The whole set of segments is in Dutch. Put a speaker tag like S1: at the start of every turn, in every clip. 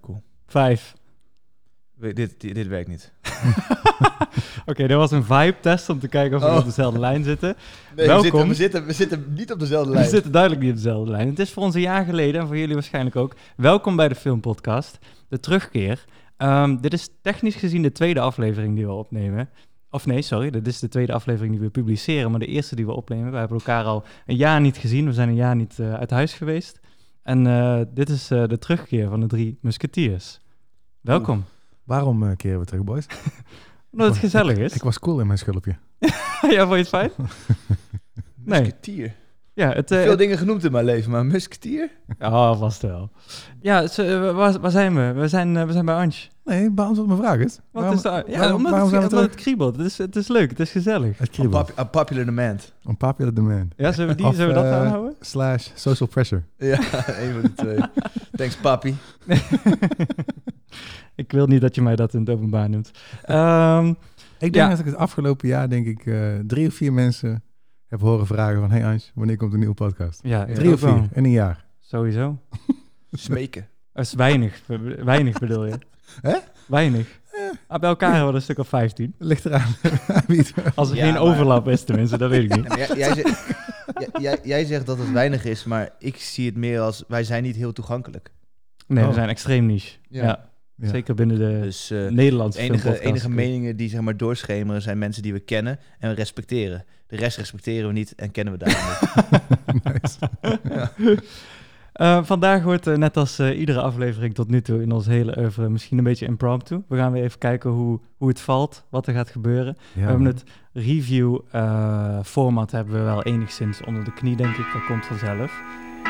S1: cool.
S2: Vijf.
S1: We- Dit, dit, dit werkt niet.
S2: Oké, dat was een vibe-test om te kijken of we
S3: Oh.
S2: op dezelfde lijn zitten.
S3: Nee,
S2: Welkom.
S3: We zitten, we, zitten, we zitten niet op dezelfde
S2: We
S3: lijn.
S2: zitten duidelijk niet op dezelfde lijn. Het is voor ons een jaar geleden en voor jullie waarschijnlijk ook. Welkom bij de Filmpodcast, de terugkeer. Ehm, dit is technisch gezien de tweede aflevering die we opnemen. Of nee, sorry, dit is de tweede aflevering die we publiceren, maar de eerste die we opnemen. We hebben elkaar al een jaar niet gezien, we zijn een jaar niet eh, uit huis geweest. En eh, dit is eh, de terugkeer van de drie musketeers. Welkom.
S4: Waarom eh, keren we terug, boys?
S2: Omdat het gezellig is.
S4: Ik was cool in mijn schulpje.
S2: ja, vond je het fijn? Nee.
S3: Musketier.
S2: Ja, het, eh,
S3: Veel dingen genoemd in mijn leven, maar musketier?
S2: Oh, vast wel. Ja, ze- eh, waar, waar zijn we? We zijn, eh, we zijn bij Ange.
S4: Nee, beantwoord mijn vraag eens.
S2: Wat
S4: Waarom-
S2: is daar? Ja,
S4: waarom-
S2: omdat,
S4: waarom
S2: het,
S4: zijn we
S2: omdat
S4: terug?
S2: het kriebelt. Het is, het is leuk, het is gezellig.
S4: Het
S3: A,
S4: kriebel.
S3: pop- a popular demand.
S4: Een popular demand.
S2: Ja, zullen we, die,
S4: Of,
S2: zullen we dat
S4: eh,
S2: aanhouden?
S4: Slash social pressure.
S3: Ja, een van de twee. Thanks, papi.
S2: Ik wil niet dat je mij dat in het openbaar noemt. Ehm,
S4: Ik denk
S2: Ja.
S4: dat ik het afgelopen jaar, denk ik, eh, drie of vier mensen heb horen vragen van... Hey Ange, wanneer komt een nieuwe podcast?
S2: ja,
S3: Ja,
S2: ik
S4: Drie
S2: ook
S4: of vier
S2: wel.
S4: in een jaar.
S2: Sowieso.
S3: Smeken.
S2: Dat is weinig, weinig bedoel je.
S4: Hè?
S2: Weinig. Ah, Bij elkaar hebben we er een stuk of 15.
S4: Ligt eraan wie het-
S2: Als er
S3: Ja,
S2: geen
S3: maar-
S2: overlap is tenminste, dat weet ik
S3: Nee,
S2: niet.
S3: maar jij, jij, zegt, jij- jij, jij zegt dat het weinig is, maar ik zie het meer als wij zijn niet heel toegankelijk.
S2: Nee, we
S4: Oh.
S2: zijn extreem niche. Ja,
S3: Ja.
S4: Ja.
S2: Zeker binnen de
S3: Dus eh,
S2: Nederlandse
S3: de enige,
S2: filmpodcast.
S3: enige meningen die zeg maar doorschemeren zijn mensen die we kennen en we respecteren. De rest respecteren we niet en kennen we daarom niet.
S4: Nice.
S2: Eh, vandaag wordt, eh, net als eh, iedere aflevering tot nu toe in ons hele oeuvre, misschien een beetje impromptu. We gaan weer even kijken hoe, hoe het valt, wat er gaat gebeuren. we hebben het review-format hebben we wel enigszins onder de knie, denk ik. Dat komt vanzelf.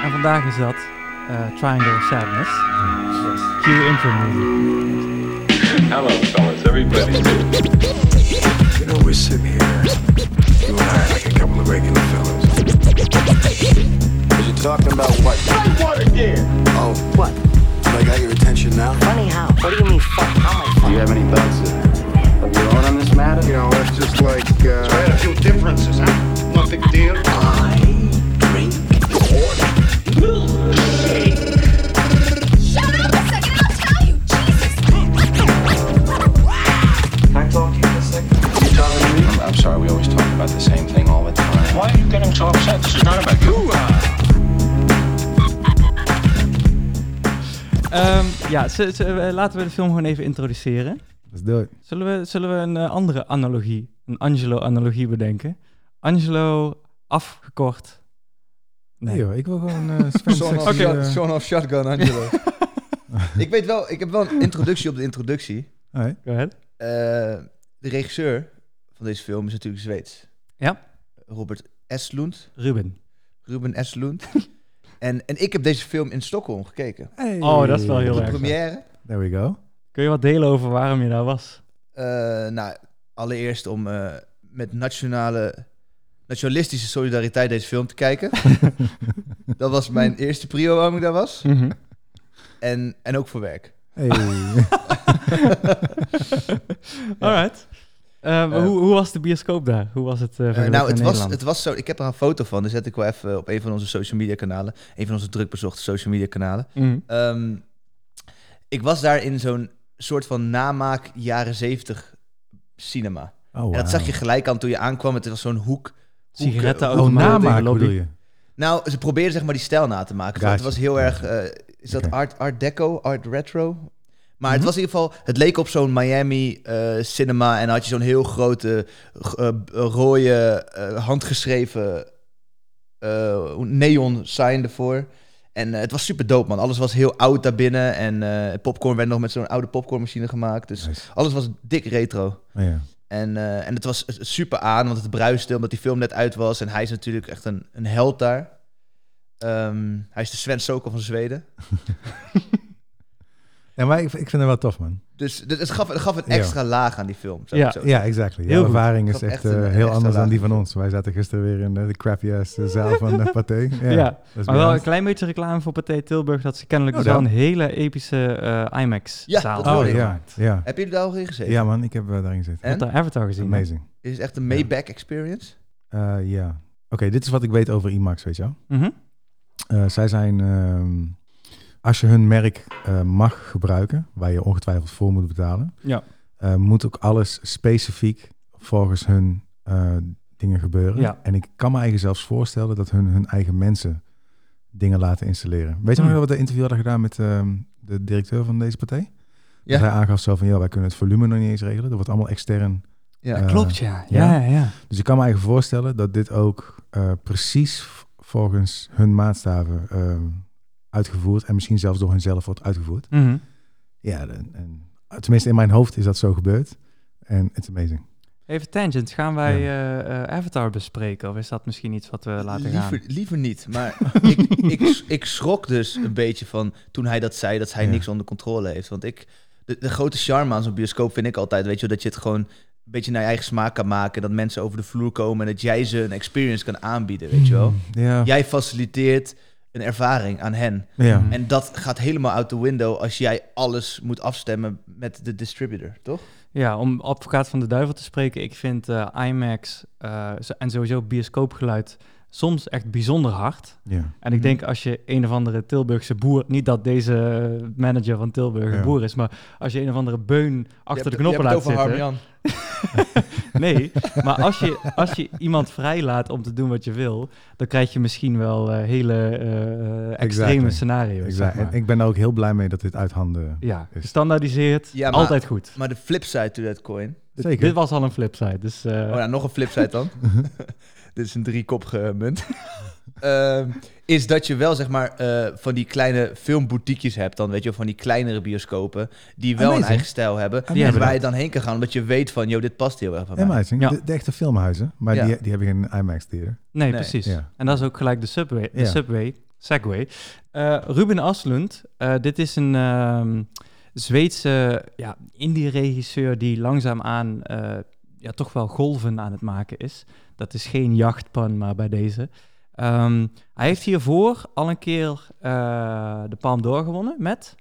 S2: En vandaag is dat eh, Triangle of Sadness. Cue intro movie.
S5: Hello, fellas, everybody.
S6: You know, we're sitting here, you and I, like a couple of regular fellas. You're talking about what? Oh, what? I got your attention now?
S7: Funny how? What do you mean, fuck? How am I
S8: Do you have any thoughts of, of your own on this matter?
S6: You know, it's just like, uh.
S9: I had a few differences, huh? No big deal.
S10: Shut up a second, I'll tell you. Jesus.
S8: You talking to me? I'm, I'm sorry, we always talk about the same thing all the time.
S5: Why are you getting so upset? This is not about you.
S2: Ehm, ja, ze- ze- eh, laten we de film gewoon even introduceren.
S4: Let's do it.
S2: Zullen we, zullen we een eh, andere analogie, een Angelo-analogie bedenken? Angelo afgekort.
S4: Nee joh, ik wil gewoon eh Sven
S3: Son of,
S4: sexy, eh,
S3: Son of Shotgun, Angelo. ik weet wel, ik heb wel een introductie op de introductie.
S4: alright.
S2: Go ahead.
S3: Eh, de regisseur van deze film is natuurlijk Zweeds.
S2: Ja.
S3: Robert Eslund.
S2: Ruben.
S3: Ruben Eslund. en, en ik heb deze film in Stockholm gekeken.
S4: Hey.
S2: Oh, dat is wel heel
S3: De
S2: erg.
S3: première.
S4: There we go.
S2: Kun je wat delen over waarom je daar was?
S3: Eh, nou, allereerst om eh, met nationale, nationalistische solidariteit deze film te kijken. dat was mijn eerste prio waarom ik daar was. En, en ook voor werk.
S4: Hey. Oh,
S2: Alright. Eh, maar
S3: Eh.
S2: hoe, hoe was de bioscoop daar? Hoe was het? eh,
S3: Eh,
S2: vergeleken
S3: nou,
S2: in
S3: het was,
S2: Nederland?
S3: het was zo. Ik heb er een foto van. Die zet ik wel even op een van onze social media kanalen. Een van onze drukbezochte social media kanalen.
S2: Mhm.
S3: Ehm, ik was daar in zo'n soort van namaak jaren zeventig cinema. En
S4: Oh,
S3: dat
S4: wauw.
S3: zag je gelijk aan toen je aankwam. Het was zo'n hoek. hoek-
S2: Sigarettenautomaat.
S4: Oh, namaak
S2: lobby.
S4: bedoel je?
S3: Nou, ze probeerden zeg maar die stijl na te maken.
S4: Gotcha.
S3: Het was heel erg... eh, is dat
S4: Oké.
S3: art, art deco, art retro? Maar het was in ieder geval... Het leek op zo'n Miami eh, cinema. En dan had je zo'n heel grote, g- eh, b- rode, eh, handgeschreven eh, neon sign ervoor. En eh, het was super dope, man. Alles was heel oud daarbinnen. En eh, popcorn werd nog met zo'n oude popcornmachine gemaakt. Dus
S4: Nice.
S3: alles was dik retro.
S4: Oh, ja.
S3: En, eh, en het was super aan, want het bruiste omdat die film net uit was. En hij is natuurlijk echt een, een held daar. Ehm, hij is de Sven Sokol van Zweden.
S4: Ja, maar ik, ik vind het wel tof, man.
S3: Dus, dus het, gaf, het gaf een
S4: Ja.
S3: extra laag aan die film. zou
S2: Ja.
S3: ik zo
S4: Ja, exactly.
S2: Heel
S4: Jouw
S2: goed.
S4: ervaring
S3: Ik
S4: is
S3: had echt
S4: echt eh,
S3: een
S4: heel
S3: extra
S4: anders dan die
S3: laag.
S4: van ons. Wij zaten gisteren weer in eh, de crappy-ass eh, zaal van eh, Pathé. Ja,
S2: Ja,
S4: let's be
S2: Maar wel een
S4: honest.
S2: klein beetje reclame voor Pathé Tilburg. Dat ze kennelijk
S4: Oh,
S2: dus wel een
S4: dan.
S2: hele epische eh,
S3: Ja,
S2: IMAX-zaal
S3: dat hoorde
S4: Oh,
S3: klein-
S4: ja, ja.
S3: Heb je daar al in gezeten?
S4: Ja, man, ik heb eh, daarin gezeten.
S3: En?
S2: Met de Avatar gezien.
S4: Amazing.
S3: Is het echt een Maybach experience?
S4: Eh, Ja. Oké, dit is wat ik weet over IMAX, weet je wel.
S2: Mhm.
S4: Eh, zij zijn ehm, als je hun merk eh, mag gebruiken, waar je ongetwijfeld voor moet betalen,
S2: Ja.
S4: eh, moet ook alles specifiek volgens hun eh, dingen gebeuren.
S2: Ja.
S4: En ik kan me eigenlijk zelfs voorstellen dat hun hun eigen mensen dingen laten installeren. Weet je
S2: Hmm.
S4: nog wel wat de interview hadden gedaan met ehm, de directeur van deze partij?
S3: Ja.
S4: Dat hij aangaf zo van, ja, wij kunnen het volume nog niet eens regelen. Dat wordt allemaal extern.
S3: Ja.
S4: eh,
S2: Klopt, ja. Ja, ja. ja.
S4: Dus ik kan me eigenlijk voorstellen dat dit ook eh, precies v- volgens hun maatstaven ehm, uitgevoerd en misschien zelfs door hunzelf wordt uitgevoerd.
S2: Mhm.
S4: Ja, en, en- tenminste in mijn hoofd is dat zo gebeurd. En it's amazing.
S2: Even tangent, gaan wij eh, eh, Avatar bespreken? Of is dat misschien iets wat we eh, laten gaan?
S3: liever, liever niet, maar ik, ik, ik schrok dus een beetje van toen hij dat zei, dat hij
S4: Ja.
S3: niks onder controle heeft. Want ik, de, de grote charme aan zo'n bioscoop vind ik altijd, weet je, wel, dat je het gewoon een beetje naar je eigen smaak kan maken. Dat mensen over de vloer komen en dat jij ze een experience kan aanbieden, weet je
S2: Mm.
S4: Hmm.
S3: wel.
S4: Ja.
S3: Jij faciliteert een ervaring aan hen.
S4: ja.
S3: En dat gaat helemaal out the window als jij alles moet afstemmen met de distributor, toch?
S2: Ja, om advocaat van de duivel te spreken, ik vind eh, IMAX eh, zo- en sowieso bioscoopgeluid soms echt bijzonder hard.
S4: ja.
S2: En ik denk als je een of andere Tilburgse boer, niet dat deze manager van Tilburg een
S4: Ja.
S2: boer is, maar als je een of andere beun achter de
S3: Je hebt-
S2: knoppen
S3: je hebt
S2: laat
S3: het over
S2: zitten.
S3: Harm Jan.
S2: Nee, maar als je, als je iemand vrijlaat om te doen wat je wil, dan krijg je misschien wel eh, hele eh, extreme
S4: Exactly.
S2: scenario's.
S4: Ik,
S2: zeg
S4: zei- en
S2: maar.
S4: ik ben er ook heel blij mee dat dit uit handen...
S2: Ja,
S4: Is-
S2: gestandaardiseerd,
S3: Ja, maar-
S2: altijd goed.
S3: Maar de flipside to that coin.
S2: Dit-
S4: Zeker.
S2: Dit was al een flipside, dus eh,
S3: Oh ja, nog een flipside dan. Dit is een driekopige munt. Ehm, is dat je wel zeg maar eh, van die kleine filmboutiekjes hebt dan, weet je, wel, van die kleinere bioscopen die wel
S4: Amazing.
S3: een eigen stijl hebben, en
S2: hebben
S3: waar
S2: dat.
S3: je dan heen kan gaan, omdat je weet van, joh, dit past heel erg bij mij.
S4: Amazing.
S2: Ja.
S4: De, de echte filmhuizen, maar
S3: Ja.
S4: die, die hebben geen IMAX theater.
S2: nee,
S3: nee,
S2: precies.
S4: ja.
S2: En dat is ook gelijk de subway. De
S4: Ja.
S2: subway segway. Eh, Ruben Aslund, eh, dit is een ehm, Zweedse ja, indie-regisseur die langzaamaan eh ja, toch wel golven aan het maken is. Dat is geen jachtpan, maar bij deze. Ehm, hij heeft hiervoor al een keer eh, de Palm d'Or gewonnen met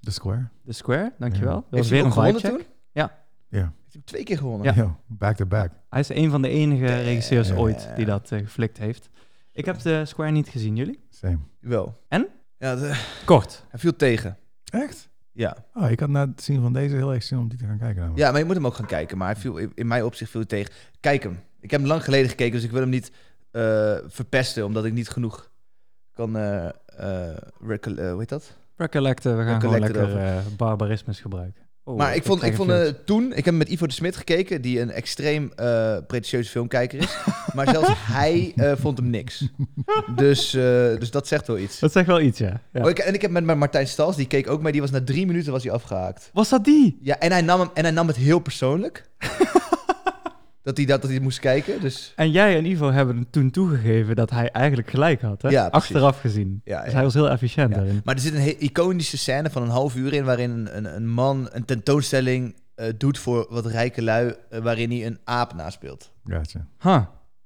S4: The Square.
S2: The Square, dankjewel. Dat
S3: Heeft hij
S2: was weer
S3: hem
S2: een
S3: ook gewonnen
S2: vibecheck.
S3: toen?
S2: Ja.
S4: Ja.
S3: Heeft hij hem twee keer gewonnen?
S2: Ja.
S4: Yo, back to back.
S2: Hij is een van de enige regisseurs
S4: Damn.
S2: ooit die dat eh, geflikt heeft. Ik heb de Square niet gezien, jullie?
S4: Same.
S3: Wel.
S2: En?
S3: Ja, de-
S2: Kort.
S3: hij viel tegen.
S4: Echt?
S3: Ja.
S4: Oh, ik had na het zien van deze heel erg zin om die te gaan kijken. namelijk.
S3: ja, maar je moet hem ook gaan kijken. Maar hij viel, in in mijn opzicht viel hij tegen. Kijk hem. Ik heb hem lang geleden gekeken, dus ik wil hem niet eh, verpesten, omdat ik niet genoeg kan... eh eh, recol- eh, hoe heet dat?
S2: Recollecten, we gaan gewoon
S3: Recollecten
S2: lekker eh, barbarismes gebruiken. Oh,
S3: Maar ik vond, ik
S2: krijg
S3: vond
S2: een
S3: eh,
S2: filmpje.
S3: toen, ik heb hem met Ivo de Smit gekeken, die een extreem eh pretentieuze filmkijker is. maar zelfs hij eh, vond hem niks. Dus, eh, dus dat zegt wel iets.
S2: Dat zegt wel iets, ja. ja.
S3: Oh, ik- en ik heb met mijn Martijn Stals, die keek ook mee, die was na drie minuten was hij afgehaakt.
S2: Was dat die?
S3: Ja, en hij nam, hem, en hij nam het heel persoonlijk. dat, hij, dat, dat hij moest kijken, dus...
S2: En jij en Ivo hebben hem toen toegegeven dat hij eigenlijk gelijk had, hè?
S3: Ja, precies.
S2: Achteraf gezien.
S3: Ja,
S2: Dus
S3: ja.
S2: hij was heel efficiënt
S3: Ja.
S2: daarin.
S3: Maar er zit een he- iconische scène van een half uur in... waarin een, een, een man een tentoonstelling eh, doet voor wat rijke lui... eh, waarin hij een aap naspeelt.
S4: Gotcha.
S2: Huh.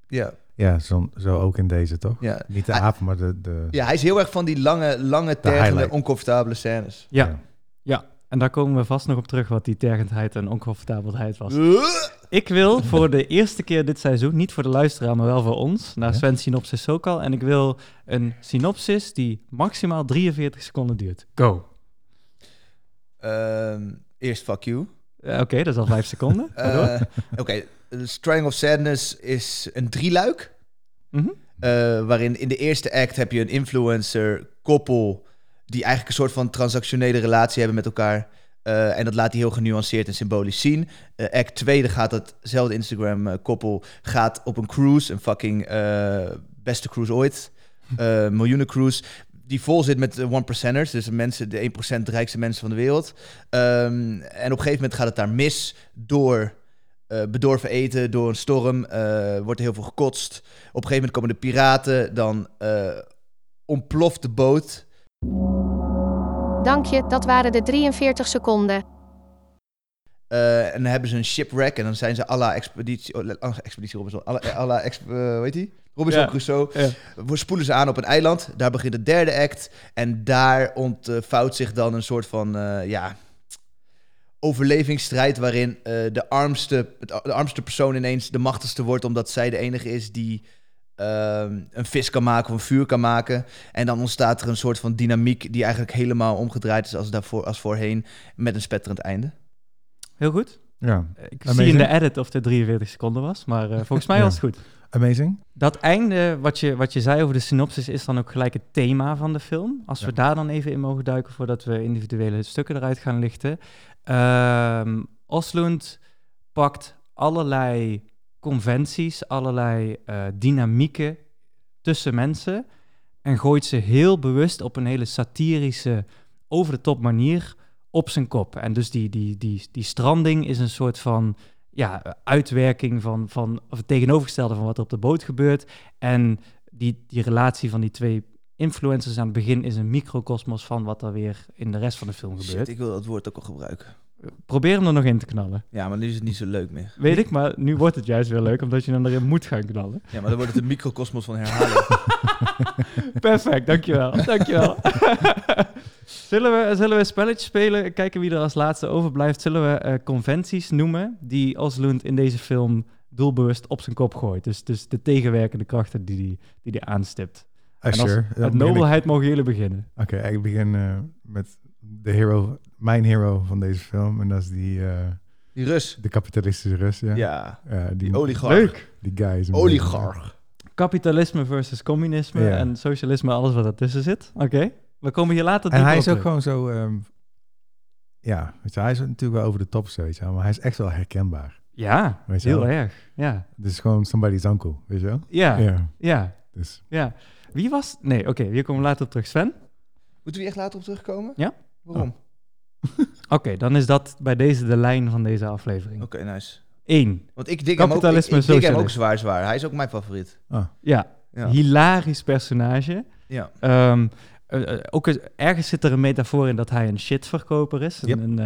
S3: Ja,
S4: Ja, zo, zo ook in deze, toch?
S3: ja.
S4: Niet de
S3: Ah,
S4: aap, maar de... de...
S3: Ja, hij is heel erg van die lange, lange, tergende,
S4: highlight.
S3: oncomfortabele scènes.
S2: Ja. ja. En daar komen we vast nog op terug wat die tergendheid en oncomfortabelheid was. Ik wil voor de eerste keer dit seizoen, niet voor de luisteraar, maar wel voor ons, naar
S4: Ja?
S2: Sven Synopsis Sokal. En ik wil een synopsis die maximaal 43 seconden duurt. Go.
S3: Ehm, eerst fuck you.
S2: Eh, Oké, dat is al 5 seconden.
S3: Eh, Oké, The Triangle of Sadness is een drieluik.
S2: Mhm.
S3: eh, waarin in de eerste act heb je een influencer koppel... die eigenlijk een soort van transactionele relatie hebben met elkaar. Eh, en dat laat hij heel genuanceerd en symbolisch zien. Eh, act 2, dan gaat datzelfde Instagram eh, koppel gaat op een cruise. Een fucking eh, beste cruise ooit. Eh miljoenen cruise. Die vol zit met eh, one percenters. Dus de mensen, de 1% rijkste mensen van de wereld. Ehm, en op een gegeven moment gaat het daar mis door eh, bedorven eten, door een storm. eh, wordt er heel veel gekotst. Op een gegeven moment komen de piraten. Dan eh, ontploft de boot.
S11: Dank je, dat waren de 43 seconden.
S3: Eh, en dan hebben ze een shipwreck en dan zijn ze à la expeditie, oh, ah, expeditie Robinson, à la, à la exp- eh, hoe heet die? Robinson
S2: Ja,
S3: Crusoe.
S2: ja.
S3: We spoelen ze aan op een eiland. Daar begint de derde act en daar ontvouwt zich dan een soort van eh, ja, overlevingsstrijd waarin eh, de, armste, het- de armste persoon ineens de machtigste wordt omdat zij de enige is die ehm, een vis kan maken of een vuur kan maken. En dan ontstaat er een soort van dynamiek die eigenlijk helemaal omgedraaid is als, daarvoor, als voorheen met een spetterend einde.
S2: Heel goed.
S4: Ja.
S2: Ik zie in
S4: Amazing.
S2: de edit of het 43 seconden was, maar eh, volgens mij
S4: Ja.
S2: was het goed.
S4: Amazing.
S2: Dat einde, wat je, wat je zei over de synopsis, is dan ook gelijk het thema van de film. Als we daar dan even in mogen duiken voordat we individuele stukken eruit gaan lichten. Ehm Oslund pakt allerlei conventies, allerlei eh, dynamieken tussen mensen. En gooit ze heel bewust op een hele satirische, over de top manier op zijn kop. En dus die, die, die, die stranding is een soort van ja, uitwerking van, van of het tegenovergestelde van wat er op de boot gebeurt. En die, die relatie van die twee influencers aan het begin is een microcosmos van wat er weer in de rest van de film gebeurt.
S3: Shit, ik wil dat woord ook al gebruiken.
S2: Probeer hem er nog in te knallen.
S3: Ja, maar nu is het niet zo leuk meer.
S2: Weet ik, maar nu wordt het juist weer leuk, omdat je hem erin moet gaan knallen.
S3: Ja, maar dan wordt het een microcosmos van herhaling.
S2: Perfect, dankjewel. dankjewel. zullen, we, zullen we een spelletje spelen? Kijken wie er als laatste overblijft. Zullen we eh, conventies noemen die Oslund in deze film doelbewust op zijn kop gooit? Dus, dus de tegenwerkende krachten die hij die, die die aanstipt.
S4: Ah,
S2: En als-
S4: sure. Dan
S2: Uit
S4: begin ik-
S2: nobelheid mogen jullie beginnen.
S4: Oké, ik begin eh, met de hero, mijn hero van deze film. En dat is die, eh,
S3: Die Rus.
S4: de kapitalistische Rus, ja.
S3: Ja,
S4: Ja, Eh, die,
S3: die oligarch.
S2: Leuk.
S4: die guy is een
S3: Oligarch.
S2: Kapitalisme versus communisme
S4: Ja.
S2: en socialisme, alles wat daartussen zit. Oké, we komen hier later
S4: beetje- En
S2: dieper
S4: hij
S2: op
S4: is ook
S2: terug.
S4: gewoon zo... ehm, ja, weet je, hij is natuurlijk wel over de top, weet je, wel, maar hij is echt wel herkenbaar.
S2: Ja,
S4: Weet je
S2: heel
S4: wel.
S2: erg. Ja,
S4: Dus gewoon somebody's uncle, weet je wel?
S2: ja, ja.
S4: Ja,
S2: ja.
S4: dus
S2: Wie was... Nee, oké, hier komen we later op terug. Sven?
S3: Moeten we hier echt later op terugkomen?
S2: Ja.
S3: Waarom?
S2: Oké, dan is dat bij deze de lijn van deze aflevering.
S3: Oké, nice.
S2: 1.
S3: Want ik dik hem ook, ik,
S2: Kapitalisme,
S3: ik dik hem ook
S2: socialisme.
S3: zwaar zwaar. Hij is ook mijn favoriet.
S2: Ja,
S3: Ja.
S2: hilarisch personage.
S3: Ja.
S2: Ehm, eh, eh, ook eens- ergens zit er een metafoor in dat hij een shitverkoper is.
S4: Yep.
S2: Een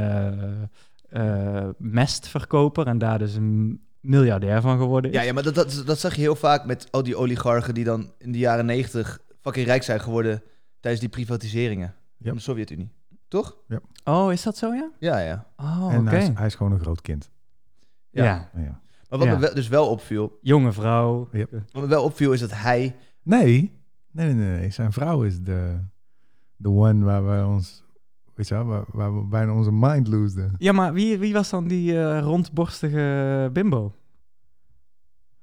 S2: eh, eh, mestverkoper en daar dus een miljardair van geworden is.
S3: Ja, ja maar dat, dat, dat zag je heel vaak met al die oligarchen die dan in de jaren negentig fucking rijk zijn geworden tijdens die privatiseringen van de Sovjet-Unie. Toch?
S2: Oh, is dat zo, ja?
S3: Ja, ja.
S2: Oh, oké.
S4: en hij, is, hij is gewoon een groot kind.
S2: Ja.
S3: ja.
S4: Nou Ja.
S3: Maar wat
S2: Ja.
S3: me wel, dus wel opviel,
S2: jonge vrouw.
S4: Yep.
S3: wat me wel opviel is dat hij...
S4: Nee. Nee, nee, nee, nee. Zijn vrouw is de, de one waar wij ons, weet je wel, waar, waar we bijna onze mind loosden.
S2: Ja, maar wie, wie was dan die eh, rondborstige bimbo?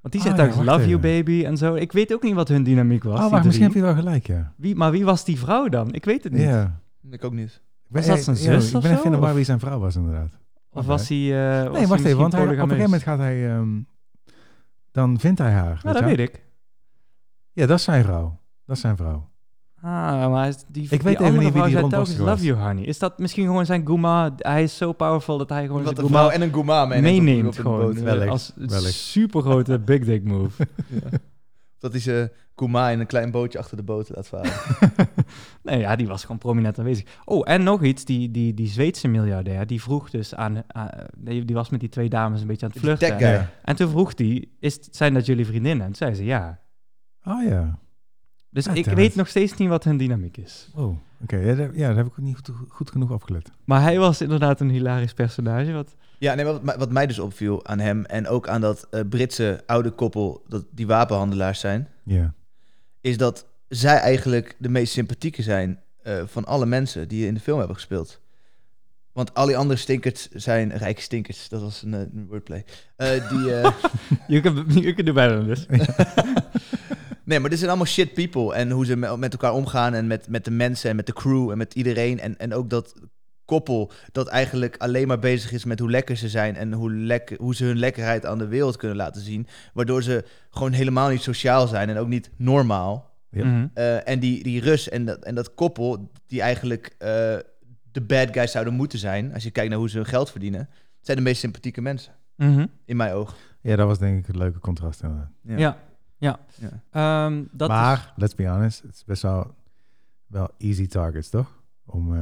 S2: Want die
S4: Ah,
S2: zegt
S4: ja,
S2: daar
S4: wacht
S2: love you
S4: even.
S2: baby en zo. Ik weet ook niet wat hun dynamiek was.
S4: Oh,
S2: die
S4: maar misschien
S2: drie.
S4: heb je wel gelijk, ja.
S2: Wie, maar wie was die vrouw dan? Ik weet het niet.
S4: Ja.
S3: Ik ook niet.
S4: Ik
S2: Was
S4: ben-
S2: dat zijn
S4: ja,
S2: zus
S4: Ik
S2: of
S4: ben
S2: zo,
S4: even in de war
S2: of?
S4: wie zijn vrouw was, inderdaad.
S2: Of was hij. eh, was
S4: Nee, wacht
S2: hij
S4: even, want hij, op
S2: misschien
S4: een gegeven moment gaat hij... ehm, dan vindt hij haar.
S2: Ja, Nou, dat weet ik.
S4: Ja, dat is zijn vrouw. Dat is zijn vrouw.
S2: Ah, maar is die,
S4: weet
S2: die
S4: even
S2: andere
S4: niet wie
S2: vrouw
S4: die
S2: zei
S4: rondborstige
S2: telkens,
S4: was.
S2: love you honey. Is dat misschien gewoon zijn goema? Hij is zo powerful dat hij gewoon
S3: Wat
S2: zijn
S3: een vrouw
S2: goema
S3: en een goema meeneemt, op-
S2: meeneemt.
S3: op een
S2: gewoon,
S3: boot.
S2: eh,
S4: Wellicht,
S2: als een
S4: wellicht.
S2: supergrote big dick move.
S3: Dat hij ze goema in een klein bootje achter de boot laat varen.
S2: nee, ja, die was gewoon prominent aanwezig. Oh, en nog iets. Die, die, die Zweedse miljardair, die vroeg dus aan... aan- die die was met die twee dames een beetje aan het
S3: Die tech
S2: flirten.
S3: guy.
S4: Ja.
S2: En toen vroeg die, is, het- zijn dat jullie vriendinnen? En toen zei ze ja.
S4: Oh ja.
S2: Dus
S4: Ah,
S2: ik
S4: damn
S2: weet
S4: it.
S2: nog steeds niet wat hun dynamiek is.
S4: Oh, oké. Ja, daar- Ja, daar heb ik niet goed, goed genoeg opgelet.
S2: Maar hij was inderdaad een hilarisch personage. Wat
S3: Ja, nee, maar wat, mij- wat mij dus opviel aan hem en ook aan dat eh, Britse oude koppel, dat die wapenhandelaars zijn,
S4: Ja.
S3: is dat zij eigenlijk de meest sympathieke zijn eh, van alle mensen die in de film hebben gespeeld. Want al die andere stinkers zijn rijke stinkers. Dat was een, eh, een wordplay. Eh, die, eh,
S2: Je kunt, je kunt er bijna dus.
S3: nee, maar dit zijn allemaal shit people. En hoe ze me- met elkaar omgaan en met, met de mensen en met de crew en met iedereen. En, en ook dat koppel dat eigenlijk alleen maar bezig is met hoe lekker ze zijn... en hoe, lekker, hoe ze hun lekkerheid aan de wereld kunnen laten zien. Waardoor ze gewoon helemaal niet sociaal zijn en ook niet normaal.
S4: Ja.
S2: Mhm.
S3: Eh, en die, die Rus en dat, en dat koppel, die eigenlijk eh, de bad guys zouden moeten zijn, als je kijkt naar hoe ze hun geld verdienen, zijn de meest sympathieke mensen,
S2: Mhm.
S3: in mijn oog.
S4: Ja, dat was denk ik het leuke contrast inderdaad.
S3: Ja.
S2: Ja. Ja. Ehm, dat
S4: maar,
S2: is,
S4: let's be honest, het is best wel, wel easy targets, toch? Om, eh,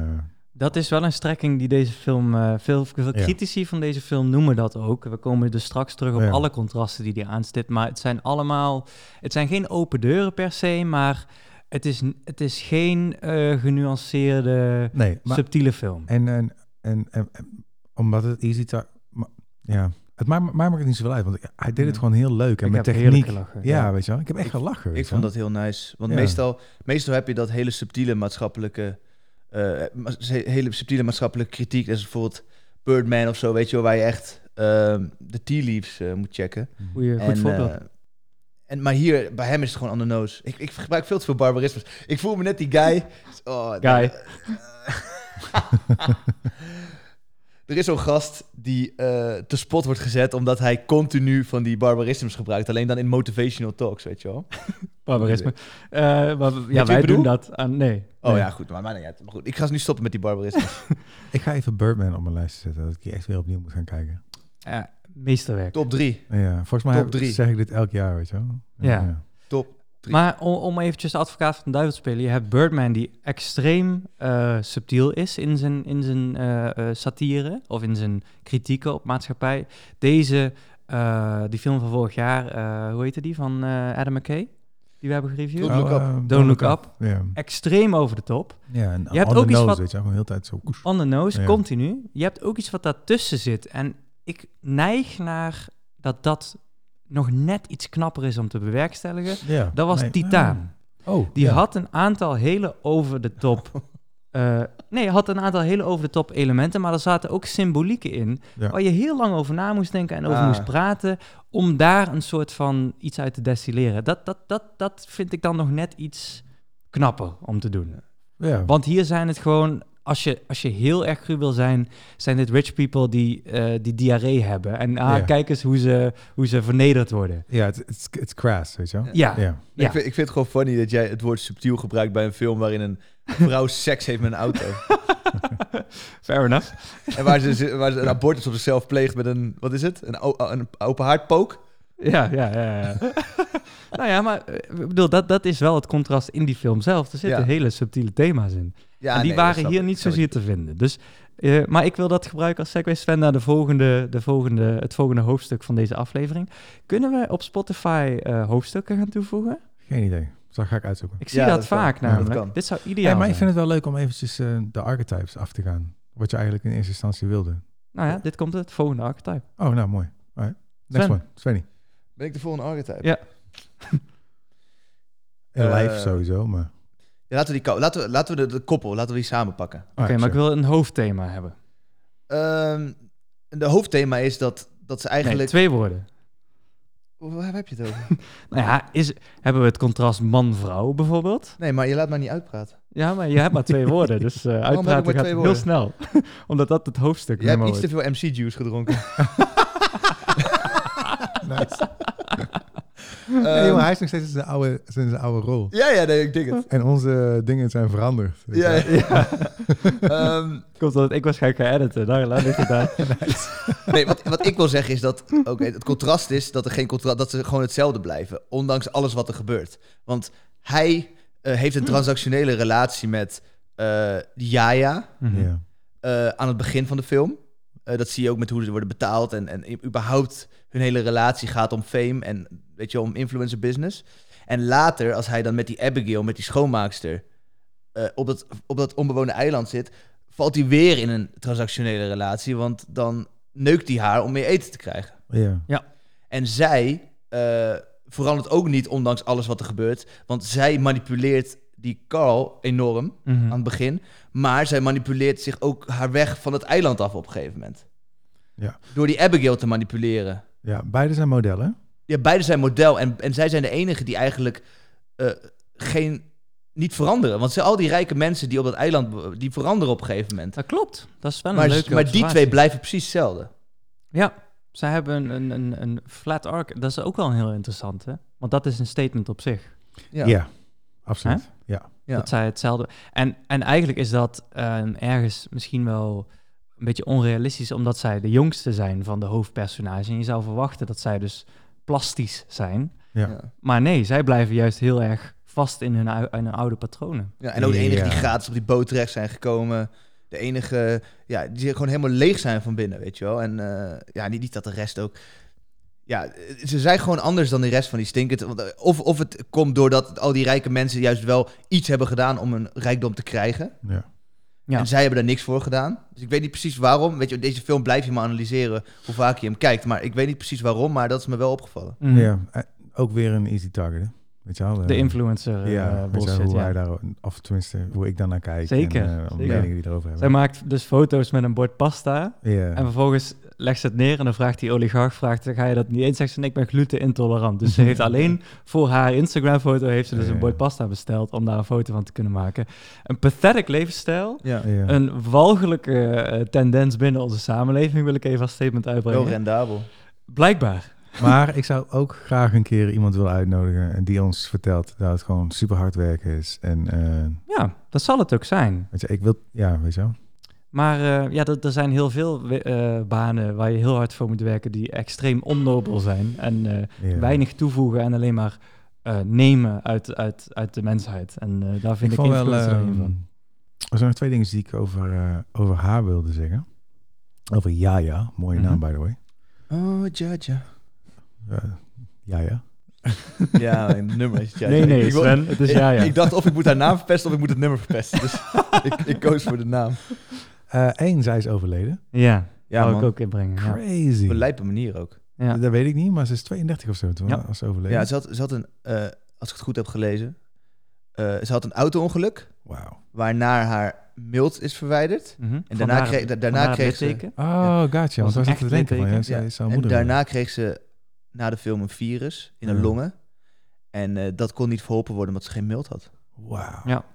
S2: dat is wel een strekking die deze film... eh, veel, veel
S4: Ja.
S2: critici van deze film noemen dat ook. We komen dus straks terug op
S4: Ja.
S2: alle contrasten die die aanstipt. Maar het zijn allemaal... Het zijn geen open deuren per se, maar... Het is, n- het is geen eh, genuanceerde,
S4: nee, maar,
S2: subtiele film.
S4: en, en, en, en- en omdat het easy target... Ja, Het maakt, mij maakt het niet zoveel uit, want hij deed het
S2: Ja.
S4: gewoon heel leuk. En
S2: Ik
S4: met
S2: heb
S4: techniek.
S2: heerlijk gelachen,
S4: ja,
S2: ja.
S4: weet je wel. Ik heb echt gelachen. weet
S3: Ik
S4: je wel.
S3: vond dat heel nice. Want
S4: Ja.
S3: meestal, meestal heb je dat hele subtiele maatschappelijke... eh, ma- ze- hele subtiele maatschappelijke kritiek. Dat is bijvoorbeeld Birdman of zo, weet je wel. Waar je echt ehm, de tea leaves eh, moet checken.
S2: Goeie, goed
S3: En,
S2: voorbeeld.
S3: eh, en, maar hier, bij hem is het gewoon on the nose. Ik, ik gebruik veel te veel barbarismes. Ik voel me net die guy. Oh,
S2: Guy.
S3: er is zo'n gast die eh, te spot wordt gezet... omdat hij continu van die barbarismes gebruikt. Alleen dan in motivational talks, weet je wel.
S2: barbarisme. Eh, maar, we- ja,
S3: ik
S2: wij
S3: bedoel?
S2: doen dat. Aan, nee.
S3: Oh
S2: Nee.
S3: ja, goed. Maar, maar, ja, maar goed. Ik ga nu stoppen met die barbarismes.
S4: Ik ga even Birdman op mijn lijst zetten, dat ik die echt weer opnieuw moet gaan kijken.
S2: Eh, meesterwerk.
S3: Top 3.
S4: Ja, volgens mij
S3: Top drie.
S4: zeg ik dit elk jaar, weet je wel.
S2: Ja.
S3: Top. drie.
S2: Maar om, om eventjes de advocaat van de duivel te spelen, je hebt Birdman die extreem eh, subtiel is in zijn, in zijn eh, eh, satire of in zijn kritieken op maatschappij. Deze, eh, die film van vorig jaar, eh, hoe heette die, van eh, Adam McKay, die we hebben gereviewd.
S3: Don't Look Up.
S4: eh,
S2: Look Up.
S4: Ja,
S2: Extreem over de top.
S4: ja en
S2: Je hebt
S4: on
S2: ook
S4: the
S2: iets
S4: nose,
S2: wat-
S4: weet je wel, gewoon de hele tijd zo. oes.
S2: On the nose,
S4: Ja.
S2: continu. Je hebt ook iets wat daartussen zit. En ik neig naar dat dat nog net iets knapper is om te bewerkstelligen.
S4: Ja,
S2: Dat was
S4: nee,
S2: Titaan.
S4: nee. Oh,
S2: Die
S4: ja.
S2: had een aantal hele over de top. eh, nee, had een aantal hele over de top elementen, maar er zaten ook symbolieken in.
S4: Ja.
S2: Waar je heel lang over na moest denken en over
S3: Ah.
S2: moest praten. Om daar een soort van iets uit te destilleren. Dat, dat, dat, dat vind ik dan nog net iets knapper om te doen.
S4: Ja.
S2: Want hier zijn het gewoon, als je, als je heel erg cru wil zijn, zijn dit rich people die, eh, die diarree hebben. En ah,
S4: Ja.
S2: kijk eens hoe ze, hoe ze vernederd worden.
S4: Ja, het is it's crass, weet je wel.
S2: Ja,
S4: Ja.
S2: Ja.
S3: Ik, vind, ik vind het gewoon funny dat jij het woord subtiel gebruikt bij een film waarin een vrouw seks heeft met een auto.
S2: fair enough.
S3: en waar ze, waar ze een abortus op zichzelf pleegt met een, wat is het? Een, o- een open haardpook?
S2: Ja, ja, ja. ja. nou ja, maar eh, ik bedoel, dat, dat is wel het contrast in die film zelf. Er zitten
S3: Ja.
S2: hele subtiele thema's in.
S3: Ja,
S2: en die
S3: nee, dat
S2: waren
S3: snap
S2: hier
S3: ik,
S2: niet
S3: snap
S2: zozeer
S3: ik.
S2: te vinden. Dus, eh, maar ik wil dat gebruiken als segue, Sven, naar de volgende, de volgende, het volgende hoofdstuk van deze aflevering. Kunnen we op Spotify eh, hoofdstukken gaan toevoegen?
S4: Geen idee. Dus dat ga ik uitzoeken.
S2: Ik zie
S3: Ja,
S2: dat,
S3: dat kan.
S2: vaak
S4: Ja,
S2: namelijk.
S3: dat kan.
S2: Dit zou
S4: Ja,
S2: ideaal
S4: maar ik
S2: zijn.
S4: vind het wel leuk om eventjes eh, de archetypes af te gaan. Wat je eigenlijk in eerste instantie wilde.
S2: Nou ja, dit komt het volgende archetype.
S4: Oh, nou mooi. Alright. Next
S2: Sven.
S4: one. Svenny.
S3: Ben ik de volgende archetype?
S2: Ja.
S4: In
S3: Eh,
S4: live sowieso, maar...
S3: Ja, laten we die, ko- laten we, laten we de, de koppel, laten we die samen pakken.
S2: Oké,
S4: Ah,
S2: maar ik wil een hoofdthema hebben.
S3: Ehm, de hoofdthema is dat, dat ze
S2: Nee,
S3: eigenlijk...
S2: twee woorden.
S3: Waar heb je het over?
S2: Nou ja, is, hebben we het contrast man-vrouw bijvoorbeeld?
S3: Nee, maar je laat mij niet uitpraten.
S2: Ja, maar je hebt maar twee woorden, dus eh,
S3: heb ik maar
S2: uitpraten gaat
S3: twee
S2: heel
S3: woorden?
S2: snel. Omdat dat het hoofdstuk
S3: Je hebt
S2: nummer
S3: iets te
S2: wordt.
S3: veel MC-juice gedronken.
S4: Nice.
S3: Ehm,
S4: nee, maar hij is nog steeds in zijn oude, in zijn oude rol.
S3: ja, ja, nee, ik denk het.
S4: En onze dingen zijn veranderd. Dus weet je
S3: Ja,
S4: wel.
S3: ja. Ehm,
S2: Komt omdat ik waarschijnlijk ga editen. Nou, laat ik het daar.
S3: Nee, wat, wat ik wil zeggen is dat oké, het contrast is dat, er geen contra dat ze gewoon hetzelfde blijven. Ondanks alles wat er gebeurt. Want hij eh, heeft een transactionele relatie met eh Yaya
S2: Mhm.
S4: Ja.
S3: eh, aan het begin van de film. Eh, dat zie je ook met hoe ze worden betaald. En, en i- überhaupt hun hele relatie gaat om fame en weet je, wel, om influencer business. En later, als hij dan met die Abigail, met die schoonmaakster, eh, op, dat, op dat onbewoonde eiland zit, valt hij weer in een transactionele relatie. Want dan neukt hij haar om meer eten te krijgen.
S4: Ja.
S3: En zij eh, verandert ook niet, ondanks alles wat er gebeurt. Want zij manipuleert die Carl enorm
S4: Hm.
S2: Mhm.
S3: aan het begin. Maar zij manipuleert zich ook haar weg van het eiland af op een gegeven moment.
S4: Ja.
S3: Door die Abigail te manipuleren.
S4: ja, beide zijn modellen.
S3: Ja, beide zijn model. En, en zij zijn de enige die eigenlijk eh, geen, niet veranderen. Want ze, al die rijke mensen die op dat eiland, be- die veranderen op een gegeven moment.
S2: Dat klopt. Dat is wel een
S3: Maar,
S2: leuke
S3: maar die twee
S2: observatie.
S3: blijven precies hetzelfde.
S2: Ja, ze hebben een, een, een, een flat arc. Dat is ook wel heel interessant, hè? Want dat is een statement op zich.
S4: Ja,
S3: Ja.
S4: absoluut. Ja.
S3: Ja.
S2: Dat zij hetzelfde... En, en eigenlijk is dat ehm, ergens misschien wel een beetje onrealistisch... omdat zij de jongste zijn van de hoofdpersonage. En je zou verwachten dat zij dus plastisch zijn.
S4: Ja.
S3: Ja.
S2: Maar nee, zij blijven juist heel erg vast in hun, ou- in hun oude patronen.
S3: Ja, en ook de enige die
S4: Ja.
S3: gratis op die boot terecht zijn gekomen. De enige ja, die gewoon helemaal leeg zijn van binnen, weet je wel. En eh, ja, niet, niet dat de rest ook... Ja, eh, ze zijn gewoon anders dan de rest van die stinkend. want, eh, Of, of het komt doordat al die rijke mensen juist wel iets hebben gedaan om hun rijkdom te krijgen.
S4: Ja.
S2: Ja.
S3: En zij hebben daar niks voor gedaan. Dus ik weet niet precies waarom. Weet je, deze film blijf je maar analyseren hoe vaak je hem kijkt. Maar ik weet niet precies waarom, maar dat is me wel opgevallen.
S2: Mhm.
S4: Ja, eh, ook weer een easy target, hè? Weet je wel? eh,
S2: De influencer eh,
S4: ja, weet je wel,
S2: bullshit,
S4: hoe
S2: ja.
S4: wij daar, of tenminste, hoe ik daar naar kijk.
S2: Zeker,
S4: En, eh, om
S2: zeker.
S4: meningen die erover
S2: Zij
S4: hebben.
S2: maakt dus foto's met een bord pasta.
S4: Ja.
S2: En vervolgens legt ze het neer en dan vraagt die oligarch, vraagt, ga je dat niet eens? Zegt ze, nee, ik ben gluten-intolerant. Dus ze heeft alleen voor haar Instagram-foto heeft ze dus een bord pasta besteld om daar een foto van te kunnen maken. Een pathetic levensstijl.
S3: Ja.
S4: Ja.
S2: Een walgelijke eh, tendens binnen onze samenleving, wil ik even als statement uitbrengen.
S3: Wel rendabel.
S2: Blijkbaar.
S4: Maar ik zou ook graag een keer iemand willen uitnodigen en die ons vertelt dat het gewoon super hard werken is. En eh,
S2: Ja, dat zal het ook zijn.
S4: weet je, ik wil, ja, weet je wel.
S2: Maar eh, ja, dat, er zijn heel veel we- eh, banen waar je heel hard voor moet werken die extreem onnobel zijn. En eh,
S4: Ja.
S2: weinig toevoegen en alleen maar eh, nemen uit, uit, uit de mensheid. En eh, daar vind ik,
S4: vond wel.
S2: influencer een
S4: ehm,
S2: van.
S4: er zijn nog twee dingen die ik over, eh, over haar wilde zeggen. Over Jaja, mooie naam by the way.
S3: Oh, ja, ja.
S4: Eh, Jaja.
S3: Ja, in het nummer is het ja,
S2: Nee,
S3: ja.
S2: nee,
S3: Ik wil-
S2: Sven, het is Dus ja, ja.
S3: Ik, ik dacht of ik moet haar naam verpesten of ik moet het nummer verpesten. Dus ik, ik koos voor de naam.
S4: Eén, Eh, zij is overleden.
S2: Ja,
S3: Ja,
S2: wou
S3: man.
S2: ik ook inbrengen. ja.
S4: Crazy.
S3: Op een lijpe manier ook.
S2: Ja.
S4: Dat weet ik niet, maar ze is 32 of zo toen
S2: Ja.
S4: als ze overleden.
S3: Ja, ze had, ze had een, eh, als ik het goed heb gelezen, eh, ze had een auto-ongeluk
S4: Wauw.
S3: waarna haar mild is verwijderd.
S2: Mhm.
S3: daarna
S2: Vandaar het-
S3: kreeg- da- daarna
S2: vandaar het
S3: kreeg ze-
S2: litteken.
S4: Oh, gotcha.
S2: een
S4: Want was ik
S2: echt
S4: te denken van, ja,
S2: litteken.
S4: zij
S3: Ja,
S4: is haar
S3: en
S4: moeder.
S3: daarna kreeg ze na de film een virus in haar
S4: Ja.
S3: longen. En eh, dat kon niet verholpen worden omdat ze geen mild had.
S4: Wauw.
S2: Ja.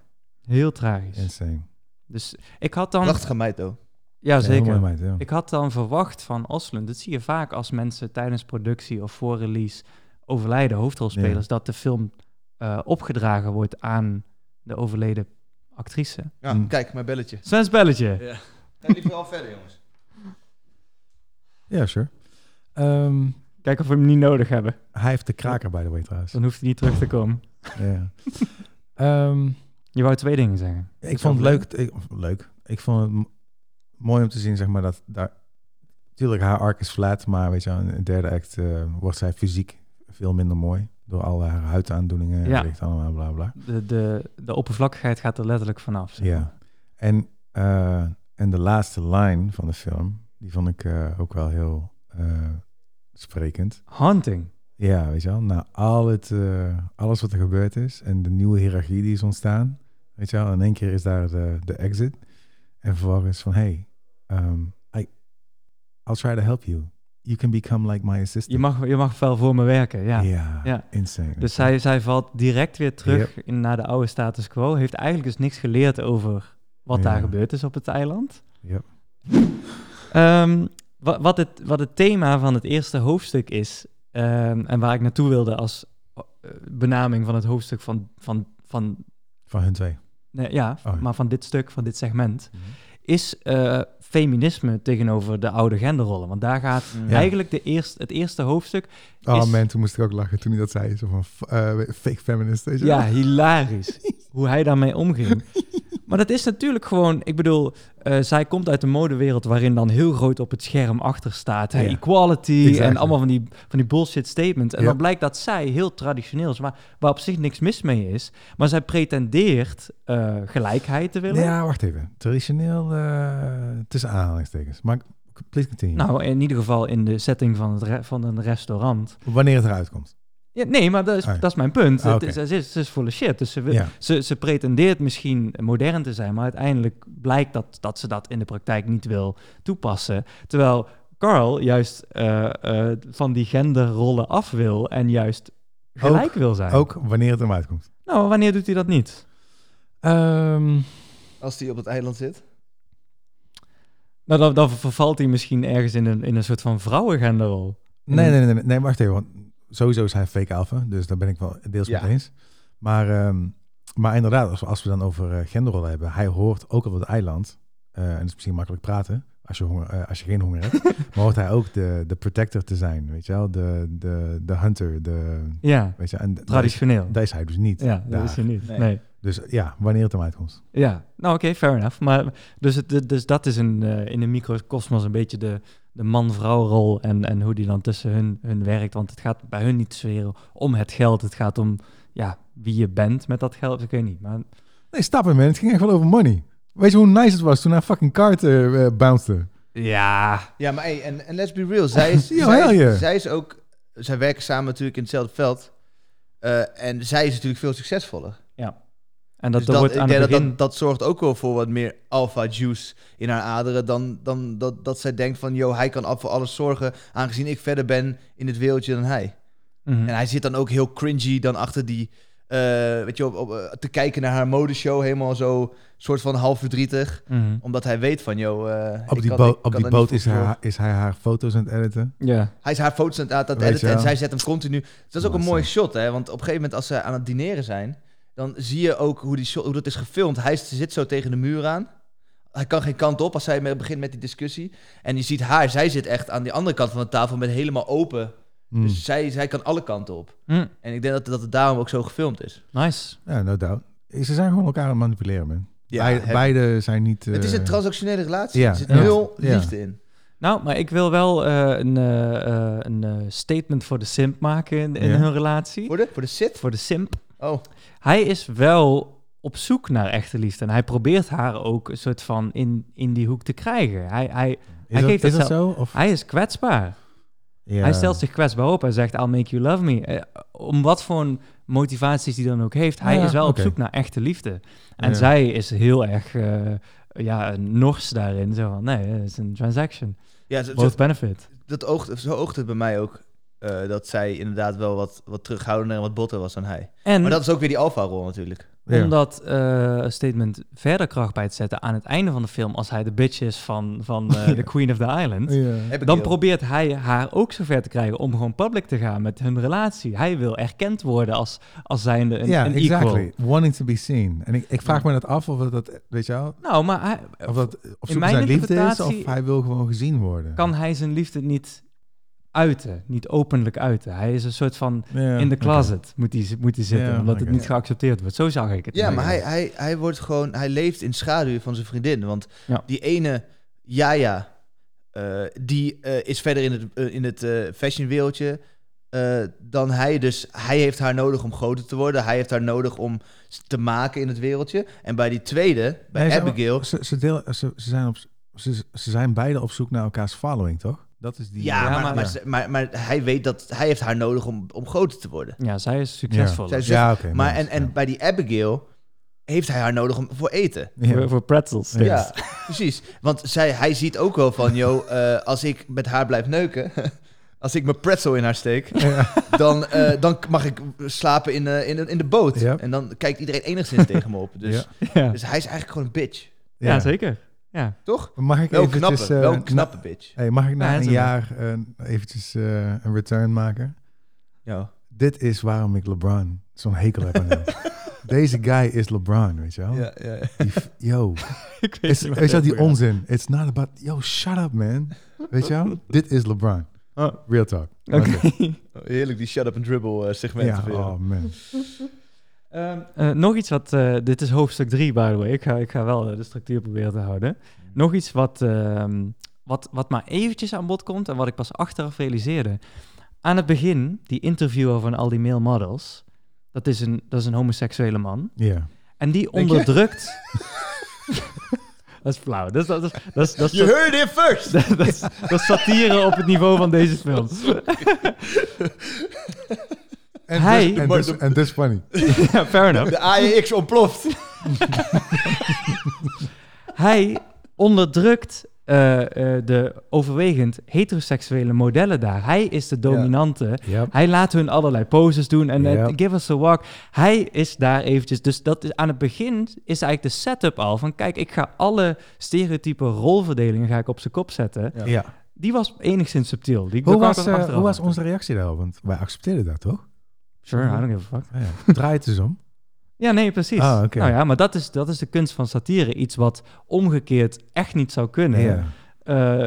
S2: Heel tragisch.
S4: Insane.
S2: Dus ik had dan...
S3: Prachtige meid, though.
S2: Ja,
S4: Ja, heel mooi
S2: zeker.
S4: meid, ja.
S2: Ik had dan verwacht van Oslund, dat zie je vaak als mensen tijdens productie of voor release overlijden, hoofdrolspelers, dat de film eh, opgedragen wordt aan de overleden actrice.
S3: Ja,
S4: Mm.
S3: kijk, mijn belletje.
S2: Sven's belletje.
S3: Gaan jullie vooral verder, jongens?
S4: Ja, sure. Ehm,
S2: Kijk of we hem niet nodig hebben.
S4: hij heeft de kraker, by the way, trouwens.
S2: Dan hoeft hij niet terug te komen.
S4: Ja. Ehm,
S2: Je wou twee dingen zeggen.
S4: ik vond het leuk, ik, of leuk. Ik vond het m- mooi om te zien, zeg maar, dat daar... Tuurlijk, haar arc is flat, maar weet je, wel, in de derde act eh, wordt zij fysiek veel minder mooi. Door al haar huidaandoeningen
S2: Ja.
S4: en weet ik het allemaal, bla bla.
S2: De, de, de oppervlakkigheid gaat er letterlijk vanaf. zeg maar.
S4: Ja. En, eh, en de laatste line van de film, die vond ik eh, ook wel heel eh, sprekend.
S2: Haunting.
S4: Ja, weet je wel. Na al het, eh, alles wat er gebeurd is en de nieuwe hiërarchie die is ontstaan, weet je wel, in één keer is daar de, de exit. En vervolgens van, hey, ehm, I, I'll try to help you. You can become like my assistant.
S2: Je mag, je mag wel voor me werken, ja.
S4: ja,
S2: Ja.
S4: insane.
S2: Dus zij, zij valt direct weer terug in, naar de oude status quo. Heeft eigenlijk dus niks geleerd over wat
S4: Ja.
S2: daar gebeurd is op het eiland.
S4: Ja.
S2: Ehm, wa- wat, het, wat het thema van het eerste hoofdstuk is, ehm, en waar ik naartoe wilde als eh, benaming van het hoofdstuk van, van, van
S4: Van hun twee.
S2: nee, ja,
S4: Oh ja.
S2: maar van dit stuk, van dit segment,
S4: Mhm.
S2: is eh, feminisme tegenover de oude genderrollen. Want daar gaat
S4: Ja.
S2: eigenlijk de eerst, het eerste hoofdstuk
S4: Oh
S2: Is-
S4: man, toen moest ik ook lachen toen hij dat zei. Zo van, f- eh, fake feminist, weet je
S2: Ja,
S4: wel.
S2: hilarisch. hoe hij daarmee omging. Maar dat is natuurlijk gewoon, ik bedoel, eh, zij komt uit de modewereld waarin dan heel groot op het scherm achter staat. hè,
S4: Ja.
S2: Equality en
S4: Exactly.
S2: allemaal van die, van die bullshit statements. En
S4: Ja.
S2: dan blijkt dat zij heel traditioneel is, waar, waar op zich niks mis mee is. Maar zij pretendeert eh, gelijkheid te willen.
S4: Ja, wacht even. Traditioneel, eh, tussen aanhalingstekens. Maar please continue.
S2: Nou, in ieder geval in de setting van, het re- van een restaurant.
S4: Wanneer het eruit komt.
S2: Ja, nee, maar dat is,
S4: Ah, ja.
S2: dat is mijn punt.
S4: Ah,
S2: Het
S4: oké.
S2: is, ze, is, ze is full of shit. Dus ze, wil-
S4: Ja.
S2: ze, ze pretendeert misschien modern te zijn, maar uiteindelijk blijkt dat, dat ze dat in de praktijk niet wil toepassen. Terwijl Carl juist eh, eh, van die genderrollen af wil en juist gelijk wil zijn.
S4: Ook wanneer het eruit komt.
S2: Nou, wanneer doet hij dat niet?
S4: Ehm,
S3: Als die op het eiland zit.
S2: Nou, dan, dan vervalt hij misschien ergens in een, in een soort van vrouwengenderrol.
S4: Nee, nee, nee, nee, nee, wacht even. Want sowieso is hij fake alpha, dus daar ben ik wel deels
S3: Ja.
S4: mee eens. Maar, ehm, maar inderdaad, als we, als we dan over eh, genderrollen hebben, hij hoort ook op het eiland, eh, en dat is misschien makkelijk praten als je, honger, eh, als je geen honger hebt, maar hoort hij ook de, de protector te zijn, weet je wel? De, de, de hunter, de,
S2: Ja,
S4: weet je en dat is-
S2: traditioneel.
S4: Dat is hij dus niet.
S2: Ja, dat
S4: daar.
S2: is hij niet.
S3: Nee.
S2: nee.
S4: Dus ja, wanneer het hem uitkomt.
S2: Ja, nou oké, fair enough. Maar, dus, het, dus dat is een, eh, in de microcosmos een beetje de, de man-vrouw rol en, en hoe die dan tussen hun, hun werkt. Want het gaat bij hun niet zozeer om het geld. Het gaat om ja, wie je bent met dat geld. Ik weet niet. Maar
S4: Nee, stap in man. Het ging echt wel over money. Weet je hoe nice het was toen hij fucking kaart eh eh, bounced?
S2: Ja.
S3: Ja, maar hey, en, en let's be real. Zij is,
S4: Ja,
S3: zij,
S4: hell yeah.
S3: zij is ook... Zij werken samen natuurlijk in hetzelfde veld. Eh, en zij is natuurlijk veel succesvoller.
S2: En dat,
S3: Dus
S2: dat wordt
S3: ik
S2: aan
S3: denk
S2: het
S3: dat,
S2: begin...
S3: dat, dat zorgt ook wel voor wat meer alpha juice in haar aderen. Dan, dan dat, dat zij denkt van, yo, hij kan al- voor alles zorgen. Aangezien ik verder ben in dit wereldje dan hij.
S2: Mhm.
S3: En hij zit dan ook heel cringy dan achter die... eh, weet je, op, op, eh, te kijken naar haar modeshow. Helemaal zo soort van half verdrietig.
S2: Mhm.
S3: Omdat hij weet van, yo... eh,
S4: Op
S3: ik
S4: die,
S3: kan-
S4: boot-
S3: ik kan
S4: op die
S3: daar niet
S4: boot
S3: voor
S4: is hij,
S3: zorgen.
S4: haar- is hij haar foto's aan het editen.
S2: Ja.
S3: Hij is haar foto's aan het, aan het
S4: Weet
S3: editen
S4: je
S3: en
S4: wel.
S3: zij zet hem continu. Dat is ook een
S4: Nice,
S3: mooi
S4: hè?
S3: shot, hè? Want op een gegeven moment als ze aan het dineren zijn, dan zie je ook hoe, die shot, hoe dat is gefilmd. Hij zit zo tegen de muur aan. Hij kan geen kant op als zij met- begint met die discussie. En je ziet haar, zij zit echt aan die andere kant van de tafel met helemaal open.
S4: Mm.
S3: Dus zij, zij kan alle kanten op.
S2: Hm.
S3: En ik denk dat, dat het daarom ook zo gefilmd is.
S2: Nice.
S4: Ja, no doubt. Ze zijn gewoon elkaar aan het manipuleren, man.
S3: Ja,
S4: Beide-
S3: het-
S4: Beide zijn niet...
S3: Het is
S4: eh,
S3: een transactionele relatie.
S4: ja,
S3: er zit
S4: ja.
S3: heel
S4: Ja.
S3: liefde in.
S2: Nou, maar ik wil wel eh, een, eh, eh, een eh, statement voor de simp maken in, in
S4: Ja.
S2: hun relatie.
S3: Voor de, voor de sit?
S2: Voor de simp.
S3: Oh,
S2: Hij is wel op zoek naar echte liefde. En hij probeert haar ook een soort van in, in die hoek te krijgen. Hij, hij,
S4: Is, dat,
S2: geeft
S4: is
S2: het
S4: dat zo? Of,
S2: hij is kwetsbaar.
S4: ja.
S2: Hij stelt zich kwetsbaar op. Hij zegt, I'll make you love me. Eh, om wat voor een motivaties die dan ook heeft. Hij
S4: Ja,
S2: is wel
S4: oké.
S2: op zoek naar echte liefde. En
S4: Ja.
S2: zij is heel erg eh, ja, nors daarin. Zo van, nee, het is een transaction.
S3: ja, zo- zo-
S2: Both benefit.
S3: dat oogt, zo oogt het bij mij ook. eh, dat zij inderdaad wel wat, wat terughoudender en wat botter was dan hij.
S2: En
S3: Maar dat is ook weer die alfa-rol natuurlijk.
S4: Ja.
S2: Om dat eh, statement verder kracht bij te zetten aan het einde van de film, als hij de bitch is van, van eh, de Queen of the Island,
S4: Ja.
S3: Heb ik
S2: dan
S3: heel.
S2: probeert hij haar ook zover te krijgen om gewoon public te gaan met hun relatie. Hij wil erkend worden als, als zijnde een,
S4: Ja,
S2: een
S4: exactly.
S2: equal.
S4: Wanting to be seen. En ik, ik vraag me dat af of dat, weet je wel,
S2: Nou, maar hij,
S4: of dat of
S2: In
S4: zoek
S2: mijn
S4: zijn liefde is of
S2: interpretatie-
S4: hij wil gewoon gezien worden.
S2: kan hij zijn liefde niet uiten, niet openlijk uiten. Hij is een soort van
S4: Ja,
S2: in de
S4: oké.
S2: closet moet, hij, moet hij zitten,
S4: Ja,
S2: omdat het
S4: oké.
S2: niet geaccepteerd wordt. Zo zag ik het.
S3: Ja, maar hij,
S2: eigenlijk.
S3: hij, hij wordt gewoon, hij leeft in schaduw van zijn vriendin. Want
S2: Ja.
S3: die ene Jaja, eh, die eh, is verder in het, eh, in het eh, fashionwereldje eh, dan hij. Dus hij heeft haar nodig om groter te worden. Hij heeft haar nodig om s- te maken in het wereldje. En bij die tweede, bij
S4: Nee, ze-
S3: Abigail,
S4: Ze, ze, deel, ze, ze, zijn op, ze, ze zijn beide op zoek naar elkaars following, toch? Dat is die...
S3: ja,
S2: Ja,
S3: maar,
S2: maar-
S3: maar, ze- maar, maar hij weet dat hij heeft haar nodig om, om groter te worden.
S2: Ja, zij is
S3: Zij
S2: succesvol.
S3: is-
S4: ja oké.
S3: Maar
S4: nice,
S3: en, en bij die Abigail heeft hij haar nodig om, voor eten.
S4: ja.
S2: Voor,
S4: Ja.
S2: voor pretzels.
S4: Ja.
S3: Ja, precies. Want zij, hij ziet ook wel van, yo, eh, als ik met haar blijf neuken, als ik mijn pretzel in haar steek, dan, eh, dan mag ik slapen in, eh, in, de- in de boot.
S4: Ja.
S3: En dan kijkt iedereen enigszins tegen me op. Dus,
S2: Ja.
S3: dus hij is eigenlijk gewoon een bitch,
S2: Ja, zeker. Ja.
S3: toch?
S4: Mag ik
S3: Wel een
S4: eventjes...
S3: knappe,
S4: eh,
S3: wel een
S4: na-
S3: knappe bitch.
S4: hey, mag ik
S2: Ja,
S4: na
S2: dat
S4: een
S2: is wel.
S4: jaar eh, eventjes eh, een return maken?
S3: Ja.
S4: Dit is waarom ik LeBron zo'n hekel heb aan hem. Deze guy is LeBron, weet je wel?
S3: Ja, ja, ja.
S4: Die f- yo,
S2: Ik weet
S4: is,
S2: niet wat
S4: weet je wel,
S2: dat
S4: die
S2: voor-
S4: onzin. It's not about, yo, shut up, man. Weet je wel? Dit is LeBron. Real talk.
S2: Oké.
S3: Oh, Heerlijk, die shut up and dribble eh,
S4: Ja,
S3: segmenten. weer.
S4: oh man.
S2: Ehm, eh, nog iets wat, eh, dit is hoofdstuk 3 by the way, ik ga, ik ga wel eh, de structuur proberen te houden. Nog iets wat, ehm, wat, wat maar eventjes aan bod komt en wat ik pas achteraf realiseerde. Aan het begin, die interviewer van al die male models, dat is een, dat is een homoseksuele man.
S4: Ja.
S2: En die onderdrukt... dat is flauw, dat is, dat is, dat is, dat is
S3: You heard it first!
S2: dat, dat is, dat is satire op het niveau van deze film.
S4: En
S2: Hij-
S4: dus- en dus- En dus funny.
S2: ja, fair enough.
S3: De AEX ontploft.
S2: Hij onderdrukt eh, eh, de overwegend heteroseksuele modellen daar. Hij is de dominante.
S4: Ja.
S2: Hij laat hun allerlei poses doen en eh,
S4: Ja.
S2: give us a walk. Hij is daar eventjes. Dus dat is, aan het begin is eigenlijk de setup al van... kijk, ik ga alle stereotype rolverdelingen ga ik op zijn kop zetten.
S4: ja.
S2: Die was enigszins subtiel. Die
S4: Hoe,
S2: daar kwam
S4: was,
S2: ik
S4: eh,
S2: achteraf
S4: hoe was
S2: achter.
S4: onze reactie daarop? Want wij accepteerden dat, toch?
S2: Sure, I don't give a fuck.
S4: Ja, ja. Draai het eens om.
S2: Ja, nee, precies.
S4: Ah, oké.
S2: Nou ja, maar dat is, dat is de kunst van satire. Iets wat omgekeerd echt niet zou kunnen.
S4: Ja.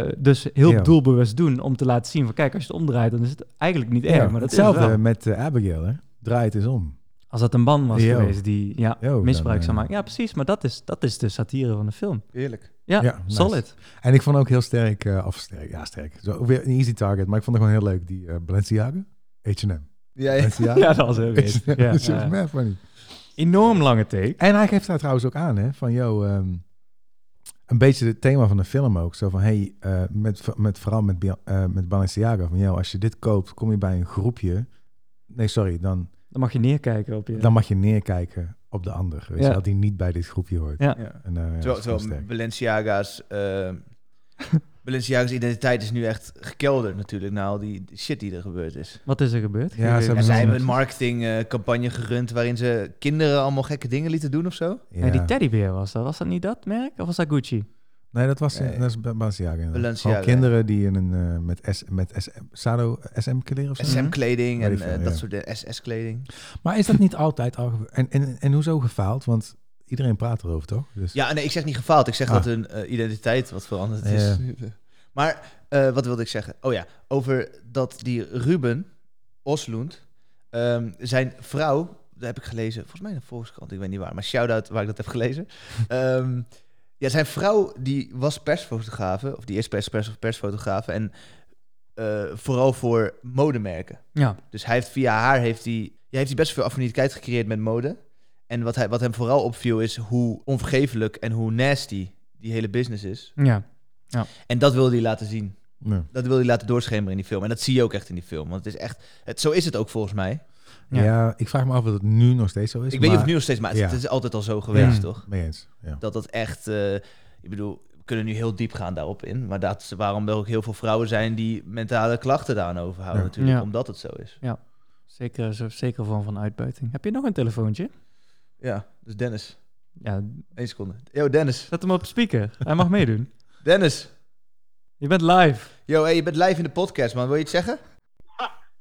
S2: Eh, dus heel
S4: Ja.
S2: doelbewust doen om te laten zien van... kijk, als je het omdraait, dan is het eigenlijk niet erg.
S4: Ja,
S2: maar dat
S4: Hetzelfde
S2: is het wel.
S4: met eh, Abigail, hè? Draai het eens om.
S2: Als dat een man was
S4: Yo.
S2: geweest die ja,
S4: Yo,
S2: misbruik
S4: dan,
S2: zou
S4: eh,
S2: maken. Ja, precies. Maar dat is, dat is de satire van de film.
S3: Heerlijk.
S2: Ja,
S4: Ja, nice.
S2: solid.
S4: En ik vond ook heel sterk, eh of sterk, ja sterk. Zo, weer een easy target, maar ik vond het gewoon heel leuk. Die eh, Balenciaga, H&M.
S3: Ja, ja.
S4: Balenciaga.
S2: Ja, dat was heel weird.
S4: H&M.
S2: Ja,
S4: Dat is
S2: ja.
S4: mad funny.
S2: Enorm lange take.
S4: En hij geeft daar trouwens ook aan, hè, van yo, ehm, een beetje het thema van de film ook. Zo van, hey, eh, met, met, vooral met, Bia- eh, met Balenciaga. Van, joh, als je dit koopt, kom je bij een groepje. Nee, sorry, dan,
S2: Dan mag je neerkijken op je.
S4: dan mag je neerkijken op de ander. Weet
S2: Ja.
S4: je, wel, die niet bij dit groepje hoort.
S2: Ja.
S1: Ja.
S4: En, eh, ja, dat
S3: Terwijl,
S4: is gewoon
S3: terwijl
S4: sterk.
S3: Balenciaga's, eh, Balenciaga's identiteit is nu echt gekelderd natuurlijk. Na al die shit die er gebeurd is.
S2: Wat is er gebeurd?
S4: Ja, ze
S3: En zij
S4: hebben zo'n-
S3: hebben een marketingcampagne gerund waarin ze kinderen allemaal gekke dingen lieten doen of zo.
S2: Nee, die
S4: Ja.
S2: teddybeer was dat. Was dat niet dat merk? Of was dat Gucci?
S4: Nee, dat was
S3: Nee.
S4: dat is Ba- Balenciaga. inderdaad.
S3: Balenciaga,
S4: Gewoon kinderen die in een eh, met S met SM, Sado SM kleren of zo.
S3: SM-kleding
S4: Weet
S3: en
S4: ik veel,
S3: eh, dat
S4: ja.
S3: soort dingen, SS-kleding.
S4: Mhm. Maar is dat niet altijd al gebe- en, en en hoezo gefaald? Want iedereen praat erover toch? Dus
S3: Ja, nee, ik zeg niet gefaald. Ik zeg
S4: Ah.
S3: dat hun eh, identiteit wat veranderd is.
S4: Ja.
S3: Maar eh, wat wilde ik zeggen? Oh ja, over dat die Ruben Oslund, ehm, zijn vrouw, dat heb ik gelezen, volgens mij in de Volkskrant, ik weet niet waar, maar shout-out waar ik dat heb gelezen. Ehm, ja, zijn vrouw die was persfotografe, of die is pers, pers, persfotografe, en eh, vooral voor modemerken.
S2: Ja.
S3: Dus hij heeft via haar heeft hij, ja, heeft hij best veel affiniteit gecreëerd met mode. En wat, hij, wat hem vooral opviel is hoe onvergeeflijk en hoe nasty die hele business is.
S2: Ja.
S3: En dat wilde hij laten zien.
S4: nee.
S3: Dat wilde hij laten doorschemeren in die film. En dat zie je ook echt in die film. Want het is echt, het, zo is het ook volgens mij.
S4: ja.
S2: Ja.
S4: ik vraag me af of het nu nog steeds zo is.
S3: Ik weet niet of
S4: maar-
S3: nu nog steeds, maar het,
S4: Ja.
S3: het is altijd al zo geweest,
S2: Ja.
S3: toch?
S4: Mee eens. Ja.
S3: Dat dat echt, eh, ik bedoel, we kunnen nu heel diep gaan daarop in. Maar dat is waarom er ook heel veel vrouwen zijn die mentale klachten daaraan overhouden
S4: Ja.
S3: natuurlijk.
S2: Ja.
S3: Omdat het zo is.
S2: Zeker, zo- zeker van van uitbuiting. Heb je nog een telefoontje?
S3: Ja, dus Dennis.
S2: Ja,
S3: Eén seconde. Yo, Dennis.
S2: zet hem op speaker. Hij mag meedoen.
S3: Dennis.
S2: Je bent live.
S3: Yo, hey, je bent live in de podcast, man. Wil je iets zeggen?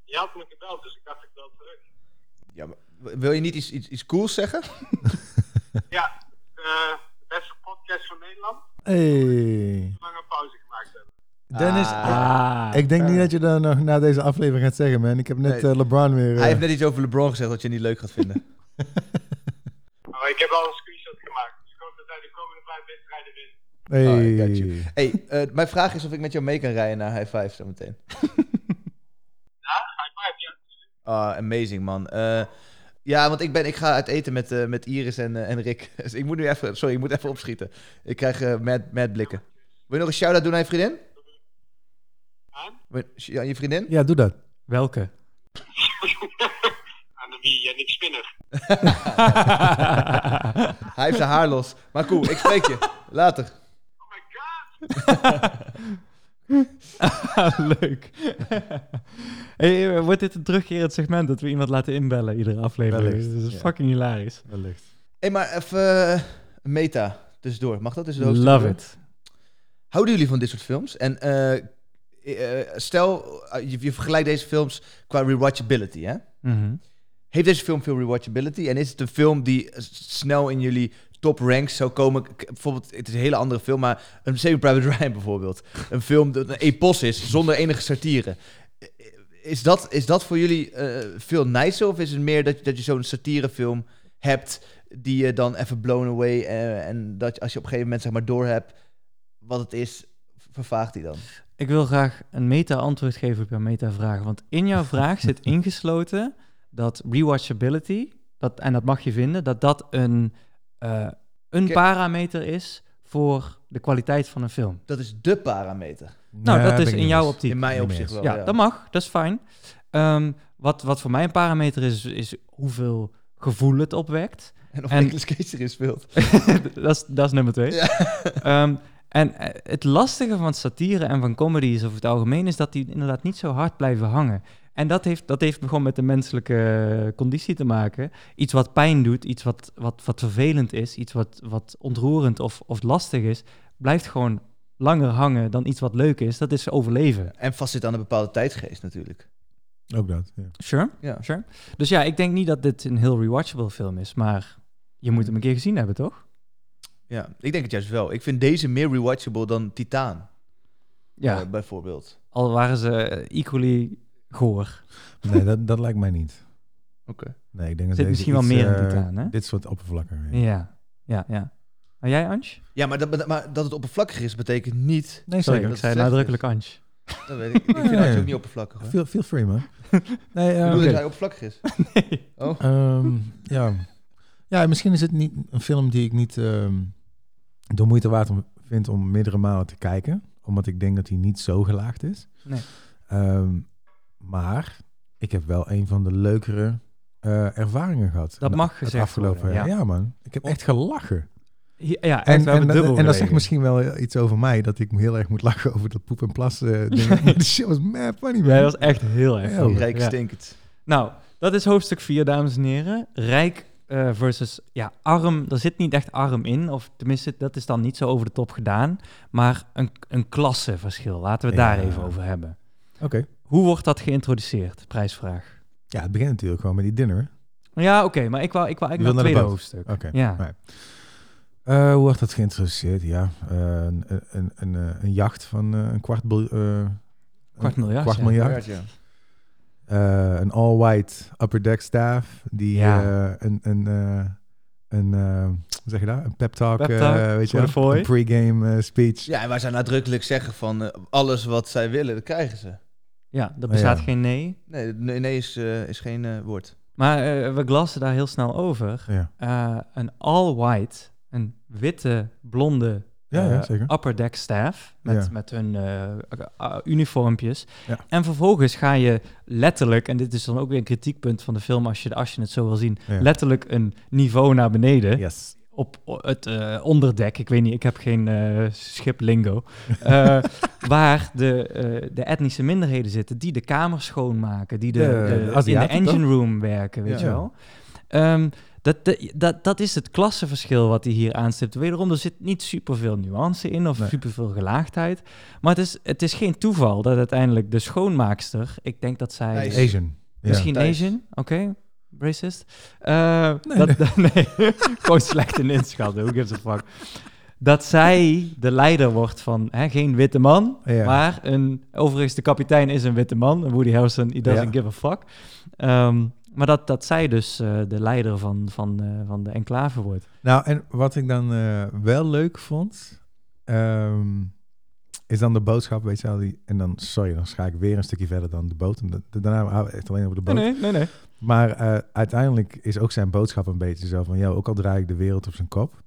S9: Je had me gebeld, dus ik dacht ik wel terug.
S3: Ja, maar w- wil je niet iets, iets, iets cools zeggen?
S9: Ja, eh, de beste podcast van Nederland.
S4: Hey.
S9: Lange pauze gemaakt hebben.
S4: Dennis,
S2: Ah.
S4: ik denk niet dat je dat nog na deze aflevering gaat zeggen, man. Ik heb net
S3: Nee.
S4: eh, LeBron weer. eh,
S3: Hij heeft net iets over LeBron gezegd wat je niet leuk gaat vinden.
S9: Maar Oh, ik heb al een screenshot gemaakt, dus ik hoop dat hij de komende vijf wedstrijden wint.
S4: hey.
S3: Oh, ik got you. hey, eh, mijn vraag is of ik met jou mee kan rijden naar High Five zometeen.
S9: Ja, high five, ja.
S3: Ah, amazing, man. Eh, ja, want ik, ben, ik ga uit eten met, eh, met Iris en, eh, en Rick. Dus ik moet nu even... Sorry, ik moet even opschieten. Ik krijg eh mad, mad blikken. Wil je nog een shout-out doen aan je vriendin? Wil je- Aan je vriendin?
S4: Ja, doe dat.
S2: Welke?
S9: Aan de wie, Jannik Spinner.
S3: Hij heeft zijn haar los. Maar cool, ik spreek je. Later.
S9: Oh my god!
S2: Leuk. hey, eh, wordt dit een terugkerend segment dat we iemand laten inbellen iedere aflevering?
S4: Wellicht,
S2: dat is
S4: ja.
S2: fucking hilarisch.
S4: Wellicht.
S3: hey, maar even eh, een meta tussendoor. Mag dat dus
S2: Love it.
S3: Houden jullie van dit soort films? En eh, eh, stel, eh, je, je vergelijkt deze films qua rewatchability. Hè?
S2: Mhm.
S3: Heeft deze film veel rewatchability? En is het een film die eh, s- snel in jullie top ranks zou komen? K- Bijvoorbeeld, het is een hele andere film, maar een Saving Private Ryan bijvoorbeeld. Een film dat een epos is, zonder enige satire. Eh, Is dat, is dat voor jullie eh, veel nicer? Of is het meer dat, dat je zo'n satirefilm hebt die je dan even blown away... eh, en dat je- als je op een gegeven moment zeg maar doorhebt wat het is, vervaagt die dan?
S2: Ik wil graag een meta-antwoord geven op jouw meta-vraag. Want in jouw vraag zit ingesloten dat rewatchability, dat, en dat mag je vinden, dat dat een, eh, een
S3: Oké.
S2: parameter is voor de kwaliteit van een film.
S3: Dat is dé parameter.
S2: Nou,
S4: Nee,
S2: dat is
S4: ben ik dus.
S2: in
S4: niet
S2: jouw
S4: eens.
S2: optiek.
S3: In mijn
S4: niet mee
S3: opzicht
S4: eens.
S3: wel.
S2: ja, dat mag. Dat is fijn. Ehm, wat, wat voor mij een parameter is, is hoeveel gevoel het opwekt.
S3: En of
S2: En-
S3: Nicolas Cage erin speelt.
S2: dat, is, dat is nummer twee. Ehm, en eh, het lastige van satire en van comedy is over het algemeen... is dat die inderdaad niet zo hard blijven hangen. En dat heeft, dat heeft gewoon met de menselijke conditie te maken. Iets wat pijn doet, iets wat, wat, wat vervelend is... iets wat, wat ontroerend of, of lastig is... blijft gewoon langer hangen dan iets wat leuk is. Dat is overleven.
S3: En vastzit aan een bepaalde tijdgeest natuurlijk.
S4: Ook dat. Ja.
S2: Sure.
S3: Ja.
S2: Sure. Dus ja, ik denk niet dat dit een heel rewatchable film is, maar je moet hem een keer gezien hebben, toch?
S3: ja, ik denk het juist wel. Ik vind deze meer rewatchable dan Titaan,
S2: Ja,
S3: eh, bijvoorbeeld.
S2: al waren ze eh, equally goor.
S4: Nee, dat, dat lijkt mij niet.
S3: Oké.
S4: Nee, ik denk dat
S2: Zit
S4: deze
S2: misschien wel
S4: iets,
S2: meer in
S4: eh,
S2: Titan, hè?
S4: Dit soort oppervlakken. ja.
S2: Ja, ja, ja. En jij, Ange?
S3: Ja, maar dat, maar dat het oppervlakkig is, betekent niet...
S4: Nee,
S2: Sorry,
S4: zeker.
S2: ik zei
S3: slecht
S2: nadrukkelijk Ange.
S3: Dat weet ik. Ik vind
S4: Nee.
S3: Archie ook niet oppervlakkig, hoor. Ik
S4: Feel, feel free, man. nee, eh,
S3: bedoel
S4: oké.
S3: dat hij oppervlakkig is.
S2: Nee.
S3: Oh.
S4: Ehm, ja. ja, misschien is het niet een film die ik niet ehm, de moeite waard om vind om meerdere malen te kijken. Omdat ik denk dat hij niet zo gelaagd is.
S2: Nee.
S4: Ehm, maar ik heb wel een van de leukere eh, ervaringen gehad.
S2: Dat
S4: De-
S2: mag
S4: het
S2: gezegd
S4: afgelopen
S2: worden,
S4: jaar.
S2: ja.
S4: Ja, man. Ik heb echt gelachen.
S2: Ja, ja, echt,
S4: en,
S2: we hebben
S4: en, dat-
S2: dubbel
S4: en dat zegt
S2: gelegen.
S4: misschien wel iets over mij, dat ik heel erg moet lachen over dat poep en plas eh, ding. Maar die shit was mad funny, man.
S2: Jij was echt heel erg
S4: Ja,
S2: goed.
S3: Rijk
S2: Ja.
S3: stinkend.
S2: Nou, dat is hoofdstuk 4, dames en heren. Rijk eh, versus ja, arm. Er zit niet echt arm in. Of tenminste, dat is dan niet zo over de top gedaan. Maar een, een klasseverschil. Laten we het daar
S4: Ja.
S2: even over hebben.
S4: Oké.
S2: Hoe wordt dat geïntroduceerd? Prijsvraag.
S4: Ja, het begint natuurlijk gewoon met die dinner.
S2: Ja, oké. maar ik wou, ik wou
S4: Je wil
S2: eigenlijk
S4: naar
S2: naar
S4: de
S2: het tweede
S4: boot.
S2: hoofdstuk.
S4: Oké.
S2: Ja.
S4: alright. Eh, hoe wordt dat geïntroduceerd? Ja, eh, een, een, een, eh, een jacht van eh, een kwart, bil- eh, een
S2: Kwart miljard,
S4: kwart
S2: ja.
S4: miljard.
S3: Ja.
S4: Eh, een all-white upper deck staff die
S2: Ja.
S4: eh, een, een, eh, een eh, hoe zeg je dat? Een pep talk,
S2: Pep
S4: eh,
S2: talk
S4: weet je
S2: voor de
S4: wel?
S2: fooi.
S4: Een pre-game eh, speech.
S3: ja, en waar zij nadrukkelijk zeggen van eh, alles wat zij willen, dat krijgen ze.
S2: ja, er bestaat
S4: Ja.
S2: geen nee.
S3: Nee, nee nee is, eh, is geen eh, woord.
S2: Maar eh, we glassen daar heel snel over.
S4: Ja.
S2: Eh, een all-white, een witte, blonde
S4: Ja, ja,
S2: eh,
S4: zeker.
S2: upper deck staff met,
S4: Ja.
S2: met hun eh, eh, uniformpjes.
S4: Ja.
S2: En vervolgens ga je letterlijk, en dit is dan ook weer een kritiekpunt van de film als je, als je het zo wil zien,
S4: Ja.
S2: letterlijk een niveau naar beneden
S4: Yes.
S2: op o- het eh, onderdek. Ik weet niet, ik heb geen eh schiplingo. Eh, waar de, eh, de etnische minderheden zitten, die de kamers schoonmaken, die de,
S4: De-
S2: de-
S4: de
S2: in de
S4: Aziaten,
S2: engine room werken, weet
S4: Ja.
S2: je wel. Ehm, dat, dat- dat, dat is het klassenverschil wat hij hier aanstipt. Wederom, er zit niet superveel nuance in of
S4: Nee.
S2: superveel gelaagdheid. Maar het is, het is geen toeval dat uiteindelijk de schoonmaakster... Ik denk dat zij...
S3: Thijs.
S4: Asian. Ja.
S2: Misschien
S3: Thijs.
S2: Asian, oké. Racist. Eh, dat, dat- nee. gewoon slecht in inschatten, who gives a fuck. Dat zij de leider wordt van hè, geen witte man,
S4: Ja.
S2: maar een, overigens de kapitein is een witte man. Woody Harrelson, he doesn't
S4: Ja.
S2: give a fuck. Ehm, maar dat, dat zij dus eh, de leider van, van, eh, van de enclave wordt.
S4: Nou, en wat ik dan eh, wel leuk vond, ehm, is dan de boodschap, weet je wel, die, en dan, sorry, dan ga ik weer een stukje verder dan de boot. En da- daarna houden we echt alleen over de boot.
S2: nee, nee.
S4: Maar eh, uiteindelijk is ook zijn boodschap een beetje zo van, ja, ook al draai ik de wereld op zijn kop,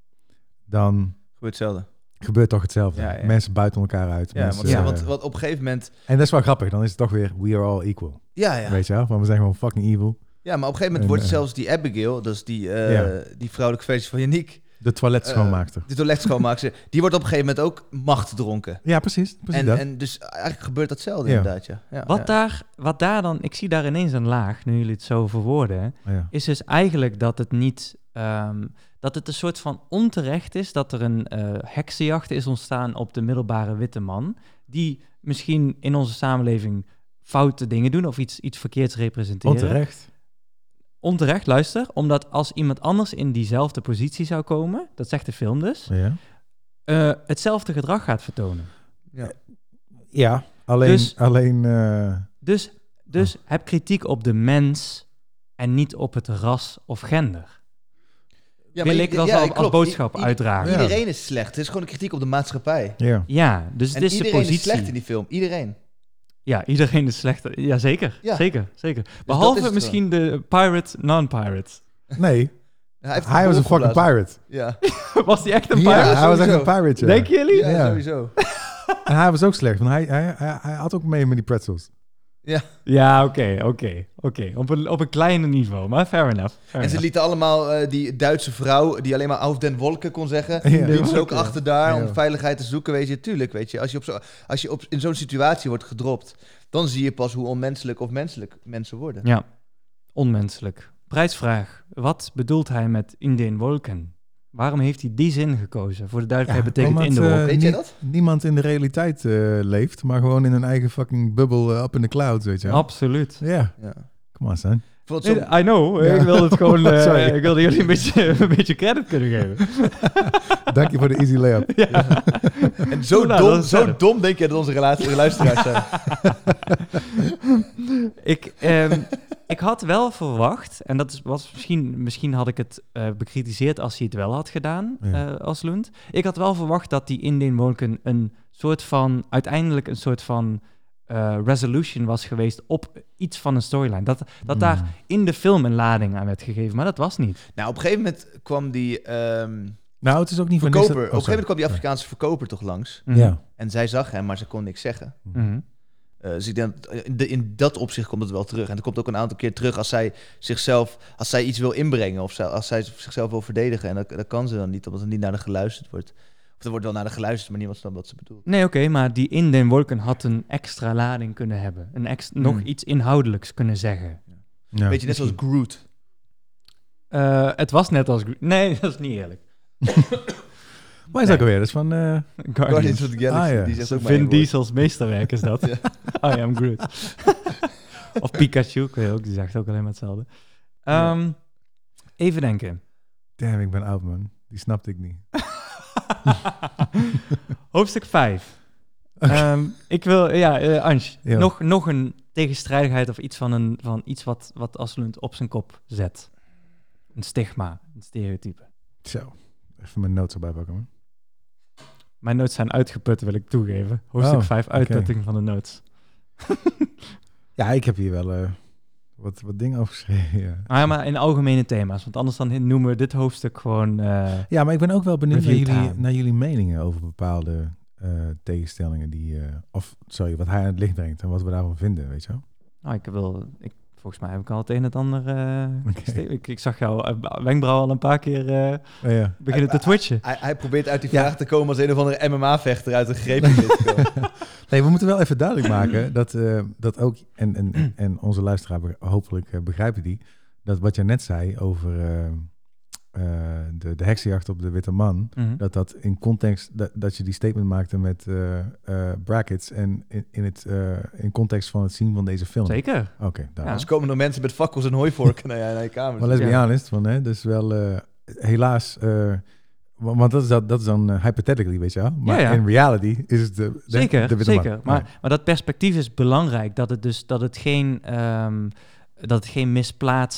S4: dan
S3: Goed hetzelfde.
S4: gebeurt toch hetzelfde.
S3: Ja, ja.
S4: Mensen buiten elkaar uit.
S3: Ja,
S4: mensen,
S3: want,
S4: eh,
S3: Want, want op een gegeven moment...
S4: En dat is wel grappig, dan is het toch weer, we are all equal,
S3: Ja, ja.
S4: weet je wel, want we zijn gewoon fucking evil.
S3: ja, maar op een gegeven
S4: En,
S3: moment wordt
S4: eh,
S3: zelfs die Abigail, dat is die, eh,
S4: Ja.
S3: die vrouwelijke versie van Yannick,
S4: De toilet
S3: Eh,
S4: schoonmaakster.
S3: de toiletschoonmaakster, die wordt op een gegeven moment ook macht dronken.
S4: Ja, precies, precies
S3: En,
S4: dat.
S3: en dus eigenlijk gebeurt datzelfde
S4: Ja.
S3: inderdaad, ja. ja
S2: Wat,
S3: ja.
S2: Daar, wat daar dan, ik zie daar ineens een laag, nu jullie het zo verwoorden.
S4: Oh ja.
S2: is dus eigenlijk dat het niet. ehm, dat het een soort van onterecht is dat er een eh, heksenjacht is ontstaan op de middelbare witte man. Die misschien in onze samenleving foute dingen doen of iets, iets verkeerds
S3: eh,
S2: representeren.
S4: Onterecht.
S2: Onterecht, luister. Omdat als iemand anders in diezelfde positie zou komen, dat zegt de film dus,
S4: Ja.
S2: eh, hetzelfde gedrag gaat vertonen.
S4: Ja, alleen...
S2: Dus-
S4: alleen eh,
S2: Dus, dus heb kritiek op de mens en niet op het ras of gender.
S3: Ja,
S2: Wil
S3: maar
S2: ik
S3: i-
S2: dat
S3: ja,
S2: als, als
S3: klopt.
S2: boodschap
S3: I- i-
S2: uitdragen.
S4: Ja.
S2: Ja,
S3: Iedereen is slecht. Het is gewoon een kritiek op de maatschappij.
S4: ja.
S3: En
S2: dus het is de
S3: iedereen
S2: positie.
S3: is slecht in die film. Iedereen.
S2: Ja, iedereen is slechter. Ja, zeker.
S3: Ja. Dus
S2: Zeker, zeker.
S3: dat is
S2: Behalve
S3: het
S2: misschien de pirate, non-pirate.
S4: Nee,
S3: Hij, heeft
S4: hij
S3: de
S4: was
S3: boel
S4: een fucking
S3: opgeblazen.
S4: pirate.
S3: Ja,
S2: Was die echt een
S4: Ja,
S2: pirate?
S4: hij was echt een
S3: sowieso.
S4: pirate. ja.
S2: Denk jullie?
S3: ja,
S4: Ja.
S3: sowieso.
S4: En hij was ook slecht, want hij, hij, hij, hij had ook mee met die pretzels.
S2: Ja, oké, oké, oké. Op, een, op een kleiner niveau, maar fair enough. fair
S3: En ze
S2: enough.
S3: lieten allemaal eh, die Duitse vrouw, die alleen maar auf den wolken kon zeggen,
S4: Ja.
S3: lieten ze ook
S4: Ja.
S3: achter daar
S4: Ja.
S3: om veiligheid te zoeken. Weet je, tuurlijk, weet je. Als je, op zo, als je op, in zo'n situatie wordt gedropt, dan zie je pas hoe onmenselijk of menselijk mensen worden.
S2: Ja, onmenselijk. Prijsvraag. Wat bedoelt hij met in den wolken? Waarom heeft hij die zin gekozen? Voor de duidelijkheid betekent
S4: omdat,
S2: in de
S4: eh,
S2: wolken.
S3: Weet jij
S4: nie-
S3: dat?
S4: Niemand in de realiteit eh, leeft, maar gewoon in een eigen fucking bubbel eh, up in the clouds, weet je wel.
S2: Absoluut.
S4: Ja,
S3: Ja.
S4: kom maar, son.
S3: Ik vond het zo-
S2: I know.
S4: Ja.
S2: Ik wilde het gewoon. eh,
S4: Sorry.
S2: ik wilde jullie een beetje, een beetje credit kunnen geven.
S4: Dank je voor de easy layup.
S2: Ja.
S3: en zo,
S2: Nou, dat
S3: dom,
S2: is
S3: zo
S2: verder.
S3: dom denk je dat onze relatie- luisteraars zijn.
S2: Ik, ehm, ik had wel verwacht, en dat is, was misschien, misschien had ik het eh, bekritiseerd als hij het wel had gedaan
S4: Ja.
S2: eh, als Lund. Ik had wel verwacht dat die Indian Wolken een soort van, uiteindelijk een soort van eh, resolution was geweest op iets van een storyline. Dat, dat daar in de film een lading aan werd gegeven, maar dat was niet.
S3: Nou, op een gegeven moment kwam die ehm,
S4: Nou, het is ook niet voor niks
S3: verkoper.
S4: dat-
S3: Op een gegeven
S4: oh, sorry.
S3: moment kwam die Afrikaanse verkoper toch langs.
S4: Mhm. Ja.
S3: En zij zag hem, maar ze kon niks zeggen.
S2: Mhm.
S3: Eh, dus ik denk, dat in de- in dat opzicht komt het wel terug. En dat komt ook een aantal keer terug als zij zichzelf, als zij iets wil inbrengen of zij- als zij zichzelf wil verdedigen. En dat, dat kan ze dan niet, omdat er niet naar haar geluisterd wordt. Of er wordt wel naar haar geluisterd, maar niemand snapt wat ze bedoelt.
S2: Nee, oké, maar die in den wolken had een extra lading kunnen hebben. Een ex-
S3: Hmm.
S2: Nog iets inhoudelijks kunnen zeggen.
S4: Ja.
S3: Beetje net zoals Groot.
S2: Eh, het was net als... Gre- Nee, dat is niet eerlijk.
S4: Waar is dat ook weer? Dat is van... eh,
S3: Guardians of the Galaxy,
S4: Ah, ja.
S3: die zegt ook maar één
S2: Vin
S3: woord.
S2: Diesel's meesterwerk is dat. I am Groot. of Pikachu, ik weet ook, die zegt ook alleen maar hetzelfde. Ehm, Even denken.
S4: Damn, ik ben oud, man. Die snapte ik niet.
S2: Hoofdstuk 5. ik wil, ja, eh Ange,
S4: Ja.
S2: Nog, nog een tegenstrijdigheid of iets van, een, van iets wat, wat Asselund op zijn kop zet. Een stigma, een stereotype.
S4: Zo. Even mijn notes erbij pakken, man.
S2: Mijn notes zijn uitgeput, wil ik toegeven. Hoofdstuk
S4: Oh,
S2: 5,
S4: oké.
S2: uitputting van de notes.
S4: Ja, ik heb hier wel eh, wat, wat dingen afgeschreven, ja.
S2: Ah, ja, maar in algemene thema's, want anders dan noemen we dit hoofdstuk gewoon... eh,
S4: Ja, maar ik ben ook wel benieuwd naar
S2: Review
S4: jullie,
S2: time.
S4: naar jullie meningen over bepaalde eh, tegenstellingen die... eh, of, sorry, wat hij aan het licht brengt en wat we daarvan vinden, weet je wel?
S2: Nou, ik wil. Ik, volgens mij heb ik al het een en het ander. eh, geste- ik, ik zag jouw eh, wenkbrauw al een paar keer eh,
S4: Oh, ja.
S2: beginnen te twitchen.
S3: Hij, hij probeert uit die vraag te komen als een of andere MMA-vechter uit een greep te komen.
S4: Nee, we moeten wel even duidelijk maken dat, eh, dat ook, en, en, en onze luisteraar be- hopelijk eh, begrijpen die, dat wat je net zei over eh, eh, de, de heksenjacht op de witte man,
S2: Mhm.
S4: dat dat in context, dat, dat je die statement maakte met eh, eh, brackets en in, in, het, eh, in context van het zien van deze film.
S2: Zeker.
S4: Oké, daar.
S2: Ja.
S3: Anders komen Dus er mensen met fakkels en hooivorken naar, je- naar je kamer.
S4: Maar let's be
S2: Ja.
S4: honest, van, hè, dus wel eh, helaas, eh, wa- want dat is, dat, dat is dan eh, hypothetically, weet je wel, maar
S2: Ja, ja.
S4: in reality is het de, de-
S2: Zeker,
S4: de witte man.
S2: zeker. Maar, maar dat perspectief is belangrijk. Dat het dus dat het geen, ehm, dat het geen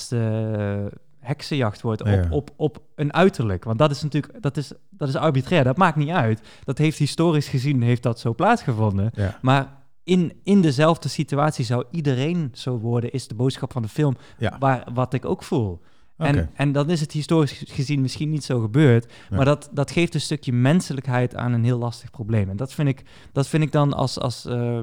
S2: misplaatste heksenjacht wordt op,
S4: Ja.
S2: op, op een uiterlijk. Want dat is natuurlijk, dat is, dat is arbitrair. Dat maakt niet uit. Dat heeft historisch gezien, heeft dat zo plaatsgevonden.
S4: Ja.
S2: Maar in, in dezelfde situatie zou iedereen zo worden, is de boodschap van de film.
S4: Ja.
S2: Waar, wat ik ook voel.
S4: Oké.
S2: En, en dan is het historisch gezien misschien niet zo gebeurd.
S4: Nee.
S2: Maar dat, dat geeft een stukje menselijkheid aan een heel lastig probleem. En dat vind ik, dat vind ik dan als, als eh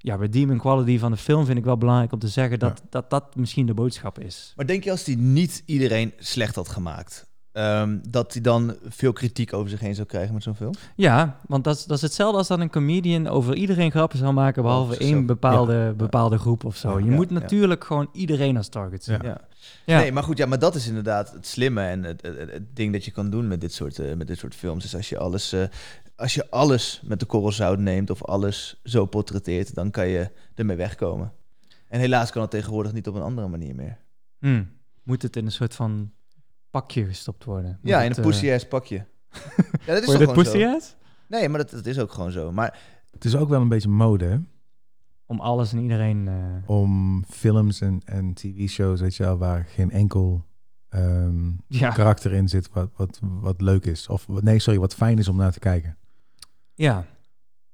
S2: ja, redeeming quality van de film vind ik wel belangrijk om te zeggen dat dat, dat, misschien de boodschap is.
S3: Maar denk je als die niet iedereen slecht had gemaakt, ehm, dat hij dan veel kritiek over zich heen zou krijgen met zo'n film?
S2: Ja, want dat, is- dat is hetzelfde als dat een comedian over iedereen grappen zou maken, behalve
S3: Behalve
S2: één
S3: zichzelf.
S2: bepaalde, bepaalde groep of zo.
S3: Ja,
S2: Je
S3: ja,
S2: moet
S3: ja.
S2: natuurlijk gewoon iedereen als target zien.
S4: Ja.
S2: Ja.
S3: Nee, maar goed, ja, maar dat is inderdaad het slimme en het, het, het- het ding dat je kan doen met dit soort, eh, met dit soort films. Is als je alles, eh, als je alles met de korrel zout neemt of alles zo portretteert, dan kan je ermee wegkomen. En helaas kan het tegenwoordig niet op een andere manier meer.
S2: Hm.
S3: Hmm.
S2: Moet het in een soort van pakje gestopt worden? Moet
S3: Ja, in
S2: het,
S3: een
S2: eh,
S3: pussy-ass pakje. Ja, dat is
S2: Vond
S3: toch
S2: je dit
S3: gewoon zo?
S2: pussy-ass?
S3: Nee, maar dat, dat is ook gewoon zo. Maar
S4: Het is ook wel een beetje mode, hè?
S2: Om alles en iedereen... eh,
S4: om films en, en tv-shows, weet je wel, waar geen enkel ehm,
S2: ja.
S4: karakter in zit wat, wat, wat leuk is. Of wat- nee, sorry, wat fijn is om naar te kijken.
S2: ja,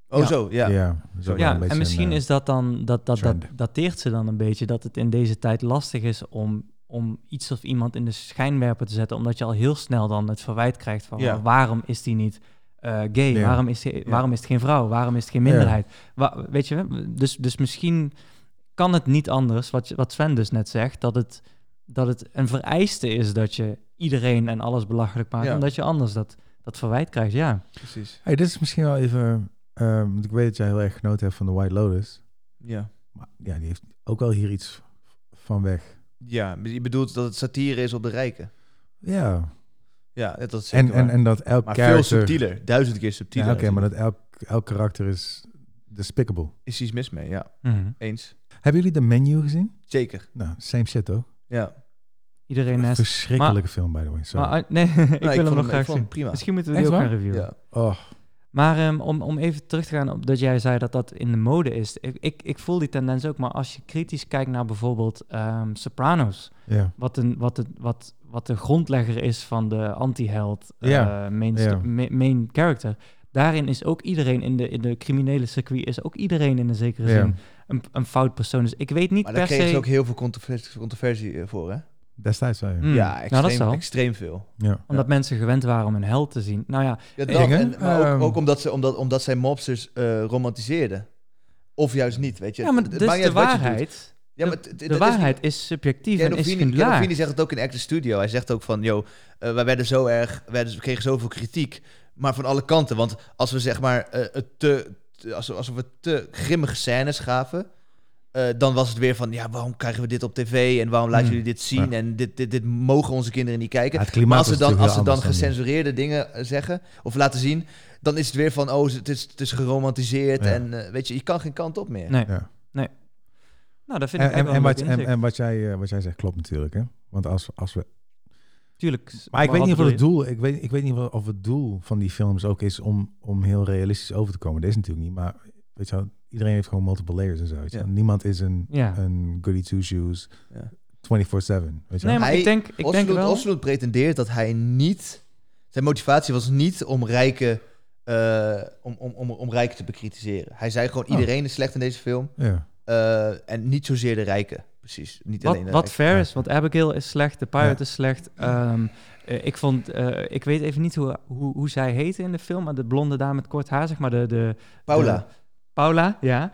S3: oh
S2: Ja.
S3: zo, ja.
S4: dat is ook wel
S2: ja,
S4: een beetje
S2: en misschien
S4: een, eh,
S2: is dat dan, dat, dat, dat
S4: trend.
S2: dateert ze dan een beetje, dat het in deze tijd lastig is om, om iets of iemand in de schijnwerper te zetten, omdat je al heel snel dan het verwijt krijgt van
S3: Ja.
S2: waarom is die niet eh, gay,
S4: Ja.
S2: waarom, is die, waarom is het geen vrouw, waarom is het geen
S4: Ja.
S2: minderheid. Wa- weet je, dus, dus misschien kan het niet anders, wat, je- wat Sven dus net zegt, dat het, dat het een vereiste is dat je iedereen en alles belachelijk maakt,
S3: Ja.
S2: omdat je anders dat, dat verwijt krijgt, ja.
S3: Precies.
S4: Hey, dit is misschien wel even... ehm, want ik weet dat jij heel erg genoten hebt van The White Lotus.
S3: Ja.
S4: Maar ja, die heeft ook wel hier iets van weg.
S3: ja, je bedoelt dat het satire is op de rijken.
S4: Ja,
S3: Ja, dat is zeker
S4: en, en,
S3: waar.
S4: en dat elk
S3: Maar veel
S4: character...
S3: subtieler. Duizend keer
S4: Ja,
S3: subtieler.
S4: oké, maar dat elk, elk karakter is despicable.
S3: Is iets mis mee, ja.
S2: Mhm.
S3: Eens.
S4: Hebben jullie de menu gezien?
S3: Zeker,
S4: Nou, same shit, toch?
S3: ja. Nou,
S2: Iedereen naast.
S4: Verschrikkelijke film, by the way. Sorry.
S2: Maar, ah, nee, ik wil
S3: vond
S2: hem
S3: hem-
S2: nog
S3: Nou, ik
S2: graag
S3: vond hem
S2: zien.
S3: prima.
S2: Misschien moeten we die
S4: Echt
S2: ook
S4: waar?
S2: gaan reviewen.
S3: ja.
S4: oh,
S2: Maar ehm, om, om even terug te gaan op dat jij zei dat dat in de mode is. Ik, ik, ik voel die tendens ook, maar als je kritisch kijkt naar bijvoorbeeld ehm, Sopranos,
S4: ja.
S2: wat, een, wat, een, wat, wat de grondlegger is van de anti-held eh,
S4: Ja,
S2: main,
S4: ja.
S2: ma- main character. Daarin is ook iedereen in de, in de criminele circuit, is ook iedereen in een zekere
S4: Ja.
S2: zin een, een fout persoon. Dus ik weet niet
S3: Maar daar
S2: per
S3: kregen
S2: se...
S3: ze ook heel veel controversie, controversie eh, voor, hè?
S4: Destijds wel, ja.
S2: Mm,
S3: Ja,
S2: nou, dat
S3: extreem,
S2: is al.
S3: extreem veel.
S4: ja.
S2: Omdat mensen gewend waren om een held te zien. Nou ja,
S3: Ja,
S2: ik-
S3: dat,
S4: Dingen,
S3: en- maar ook,
S4: ehm.
S3: ook omdat, ze, omdat, omdat zij mobsters eh, romantiseerden. Of juist niet, weet je.
S2: ja maar
S3: Het-
S2: dat
S3: het
S2: is
S3: maakt niet
S2: de
S3: uit wat je doet.
S2: waarheid.
S3: Ja, maar het-
S2: de-
S3: het-
S2: de
S3: dat is niet-
S2: waarheid is subjectief en is
S3: Gandolfini,
S2: geen
S3: Gandolfini zegt het ook in Act the Studio. Hij zegt ook van, yo, eh, wij werden zo erg, wij kregen zoveel kritiek, maar van alle kanten. Want als we zeg maar eh, het te, te- alsof, alsof we te grimmige scènes gaven, eh, dan was het weer van, ja, waarom krijgen we dit op tv en waarom laten
S4: Hmm,
S3: jullie dit zien
S4: ja.
S3: en dit, dit, dit mogen onze kinderen niet kijken.
S4: Ja, het klimaat
S3: maar als ze
S4: was
S3: dan, als
S4: natuurlijk
S3: ze
S4: heel
S3: dan
S4: anders dan
S3: gecensureerde dingen eh, zeggen of laten zien, dan is het weer van, oh, het is, het is geromantiseerd
S4: Ja.
S3: en eh, weet je, je kan geen kant op meer.
S2: Nee.
S4: Ja.
S2: nee. Nou, dat vind
S4: En,
S2: ik echt
S4: en,
S2: wel
S4: en,
S2: een
S4: wat,
S2: leuk
S4: en,
S2: inzicht.
S4: en wat, jij, eh, wat jij zegt klopt natuurlijk, hè. Want als, als we
S2: Tuurlijk.
S4: Maar ik weet
S2: wat
S4: niet of het
S2: bedoel
S4: doel, ik weet, ik weet niet of- of het doel van die films ook is om, om heel realistisch over te komen. Dat is natuurlijk niet, maar weet je wel, iedereen heeft gewoon multiple layers en zo. weet je wel.
S3: Ja.
S4: Niemand is een,
S2: je? Ja.
S4: een goody two shoes
S3: Ja.
S4: 24/7, weet je wel.
S2: Nee, maar
S3: Hij-
S2: ik denk, ik denk
S3: Osloot,
S2: wel...
S3: Osloot pretendeert dat hij niet... Zijn motivatie was niet om rijken, eh, om, om, om, om rijken te bekritiseren. Hij zei gewoon,
S4: Oh.
S3: iedereen is slecht in deze film.
S4: Ja.
S3: eh, en niet zozeer de rijken. Precies, niet
S2: Wat,
S3: alleen de
S2: wat
S3: rijken.
S2: fair
S4: Ja.
S2: is, want Abigail is slecht, de Pirate
S4: Ja.
S2: is slecht. Ehm, eh, ik vond, eh, ik weet even niet hoe, hoe, hoe zij heette in de film, maar de blonde dame met kort haar, zeg maar, de, de,
S3: Paula.
S2: Paula, ja.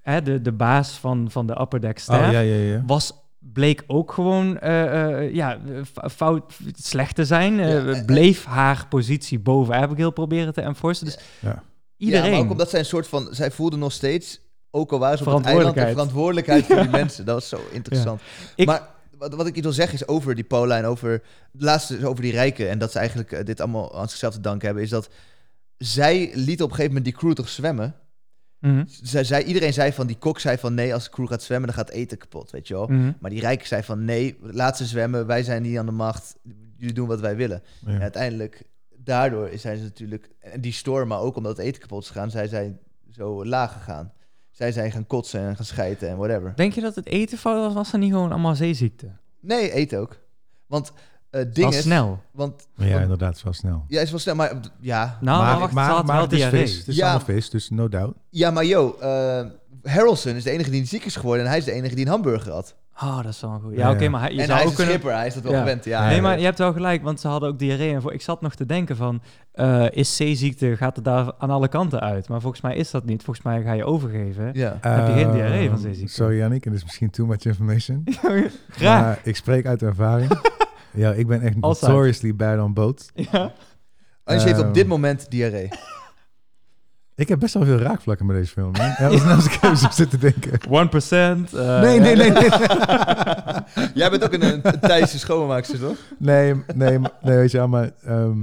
S2: Hè, de, de baas van, van de Upper Deck
S4: Oh,
S2: staff.
S4: ja, ja, ja.
S2: Was, bleek ook gewoon eh, eh, ja, f- fout, slecht te zijn. Eh,
S3: Ja, en-
S2: bleef haar positie boven Abigail proberen te enforcen. Dus
S4: Ja.
S2: iedereen.
S3: Ja, maar ook omdat zij een soort van... Zij voelde nog steeds, ook al waren ze op het eiland, de verantwoordelijkheid
S2: Verantwoordelijkheid.
S3: voor die mensen. Dat was zo interessant.
S2: Ik-
S3: Maar wat, wat ik iets wil zeggen is over die Paula en over... Het laatste is over die rijken. En dat ze eigenlijk eh, dit allemaal aan zichzelf te danken hebben. Is dat zij liet op een gegeven moment die crew toch zwemmen.
S2: Mhm,
S3: Zij, zei- iedereen zei van, die kok zei van nee, als de crew gaat zwemmen, dan gaat eten kapot, weet je wel.
S2: mhm.
S3: Maar die rijken zei van nee, laat ze zwemmen, wij zijn niet aan de macht, jullie doen wat wij willen.
S4: Ja.
S3: En uiteindelijk, daardoor zijn ze natuurlijk, en die storm, maar ook omdat het eten kapot is gegaan, zij zijn zo laag gegaan. Zij zijn gaan kotsen en gaan schijten en whatever.
S2: Denk je dat het eten fout was? Was dat niet gewoon allemaal zeeziekte?
S3: Nee, eten ook. Want eh
S2: Wel
S3: ding is,
S2: snel.
S3: want
S4: Maar ja,
S3: Wat-
S4: inderdaad, wel snel.
S3: ja, is wel snel, maar ja,
S2: Nou, maar, wacht, ze had wel
S4: het is
S2: diarree.
S4: vis. Het is
S3: Ja.
S4: allemaal vis, dus no doubt.
S3: ja, maar yo, eh, Harrelson is de enige die ziek is geworden en hij is de enige die een hamburger had.
S2: Oh, dat is wel een goeie. Ja,
S4: Ja,
S2: oké,
S4: ja.
S2: maar hij, je
S3: en
S2: zou
S3: hij is
S2: ook
S3: een
S2: kunnen...
S3: schipper, hij is dat wel
S2: Ja.
S3: gewend. Ja,
S2: Nee, maar je hebt wel gelijk, want ze hadden ook diarree. En voor... ik zat nog te denken van, eh, is zeeziekte, gaat het daar aan alle kanten uit? Maar volgens mij is dat niet. Volgens mij ga je overgeven.
S3: ja.
S2: Heb je geen
S4: Ehm,
S2: diarree van deze ziekte?
S4: Sorry Yannick, en dit is misschien too much information.
S2: Graag.
S4: Maar ik spreek uit ervaring. ja, ik ben echt
S2: Altijd.
S4: notoriously bad on boats.
S2: Ja.
S3: Angie heeft op
S4: Ehm.
S3: dit moment diarree.
S4: Ik heb best wel veel raakvlakken met deze film. man. Ja, als nou eens ik even op zit te denken.
S2: 1%. eh,
S4: Nee, nee, nee, nee.
S3: Jij bent ook een, een Thaise schoonmaakster, toch?
S4: Nee, nee, maar- nee, weet je wel, maar... ehm,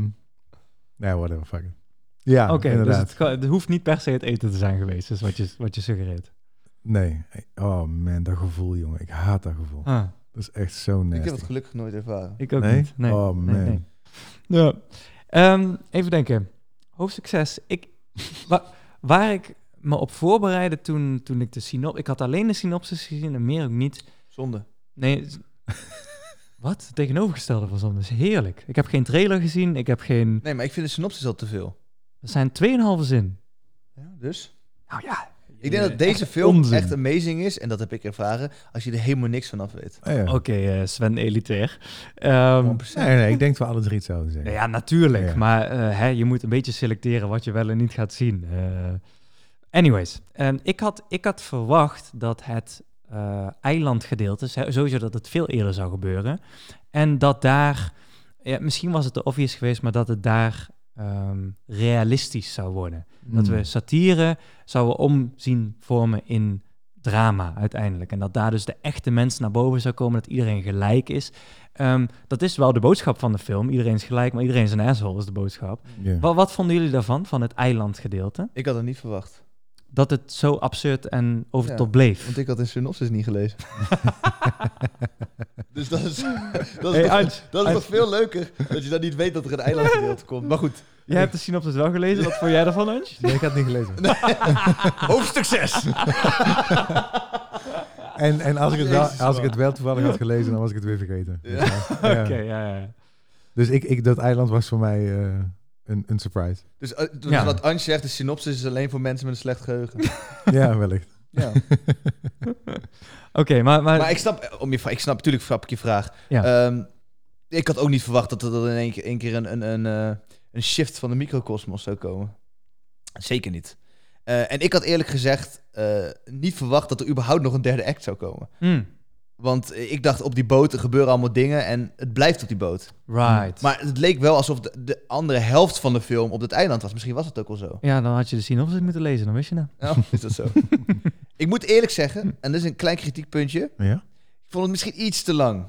S4: nee, whatever, fuck it. Ja,
S2: Oké, dus
S4: inderdaad.
S2: het, kan- het hoeft niet per se het eten te zijn geweest, is wat je, wat je suggereert.
S4: Nee. Oh man, dat gevoel, jongen. Ik haat dat gevoel.
S2: Ah,
S4: Dat is echt zo nasty.
S3: Ik heb het gelukkig nooit ervaren.
S2: ik ook
S4: Nee?
S2: niet. Nee,
S4: Oh man.
S2: nee, nee. Ja. Ehm, even denken. Hoofdsucces. Ik, wa- waar ik me op voorbereidde toen, toen ik de synop... Ik had alleen de synopsis gezien en meer ook niet.
S3: Zonde.
S2: Nee. s- Wat? Het Tegenovergestelde van soms. Heerlijk. Ik heb geen trailer gezien. Ik heb geen...
S3: Nee, maar ik vind de synopsis al te veel.
S2: Dat zijn 2,5 zin.
S3: Ja, dus?
S2: Nou ja.
S3: Ik denk dat deze film
S4: onzin.
S3: echt amazing is, en dat heb ik ervaren, als je er helemaal niks van af weet.
S4: Oh, ja. Oh,
S2: Oké, eh, Sven Elitair. Ehm
S3: 100%.
S4: Nee, nee, ik denk dat we alle drie hetzelfde zeggen.
S2: nou ja, natuurlijk.
S4: Ja.
S2: Maar eh, hè, je moet een beetje selecteren wat je wel en niet gaat zien. Eh, anyways. En ik, had, ik had verwacht dat het eh, eilandgedeelte... zo- Sowieso dat het veel eerder zou gebeuren. En dat daar... Ja, misschien was het te obvious geweest, maar dat het daar ehm, realistisch zou worden. Dat
S4: Hmm.
S3: Hmm.
S2: we satire zouden om zien vormen in drama uiteindelijk. En dat daar dus de echte mens naar boven zou komen, dat iedereen gelijk is. Ehm, dat is wel de boodschap van de film. Iedereen is gelijk, maar iedereen is een asshole, is de boodschap.
S4: Ja.
S2: Wat, wat vonden jullie daarvan, van het eilandgedeelte?
S3: Ik had het niet verwacht,
S2: Dat het zo absurd en over de
S3: Ja,
S2: top bleef.
S3: want ik had de synopsis niet gelezen. dus dat is, dat is,
S2: Hey,
S3: nog,
S2: Ans,
S3: dat is
S2: Ans.
S3: nog veel leuker, dat je dan niet weet dat er een eilandgedeelte komt. Maar goed,
S2: Jij hebt de synopsis wel gelezen, wat vond jij daarvan, Ange?
S4: Nee, ik had het niet gelezen.
S3: hoofdstuk 6!
S4: En, en als, ik het wel,
S3: Jezus,
S4: als ik het wel toevallig had gelezen, dan was ik het weer vergeten.
S3: Ja.
S4: Ja.
S2: Oké, ja, ja.
S4: Dus ik, ik, dat eiland was voor mij eh, een, een surprise.
S3: Dus eh, dus
S2: Ja.
S3: wat Ansje zegt, de synopsis is alleen voor mensen met een slecht geheugen.
S4: Ja, wellicht.
S3: Ja.
S2: Oké, maar, maar,
S3: Maar ik snap, eh, om je, vra- ik snap, natuurlijk snap ik je vraag.
S2: Ja.
S3: Ehm, ik had ook niet verwacht dat er in één keer, één keer een, een, een, eh, een shift van de microcosmos zou komen. Zeker niet. Eh, en ik had eerlijk gezegd eh, niet verwacht dat er überhaupt nog een derde act zou komen.
S2: Hmm,
S3: Want eh, ik dacht, op die boot er gebeuren allemaal dingen en het blijft op die boot.
S2: right.
S3: Maar het leek wel alsof de, de andere helft van de film op dat eiland was. Misschien was het ook wel zo.
S2: Ja, dan had je de synopsis moeten lezen, dan wist je dat.
S3: Nou, is dat zo? ik moet eerlijk zeggen, en dit is een klein kritiekpuntje.
S4: Ja?
S3: Ik vond het misschien iets te lang.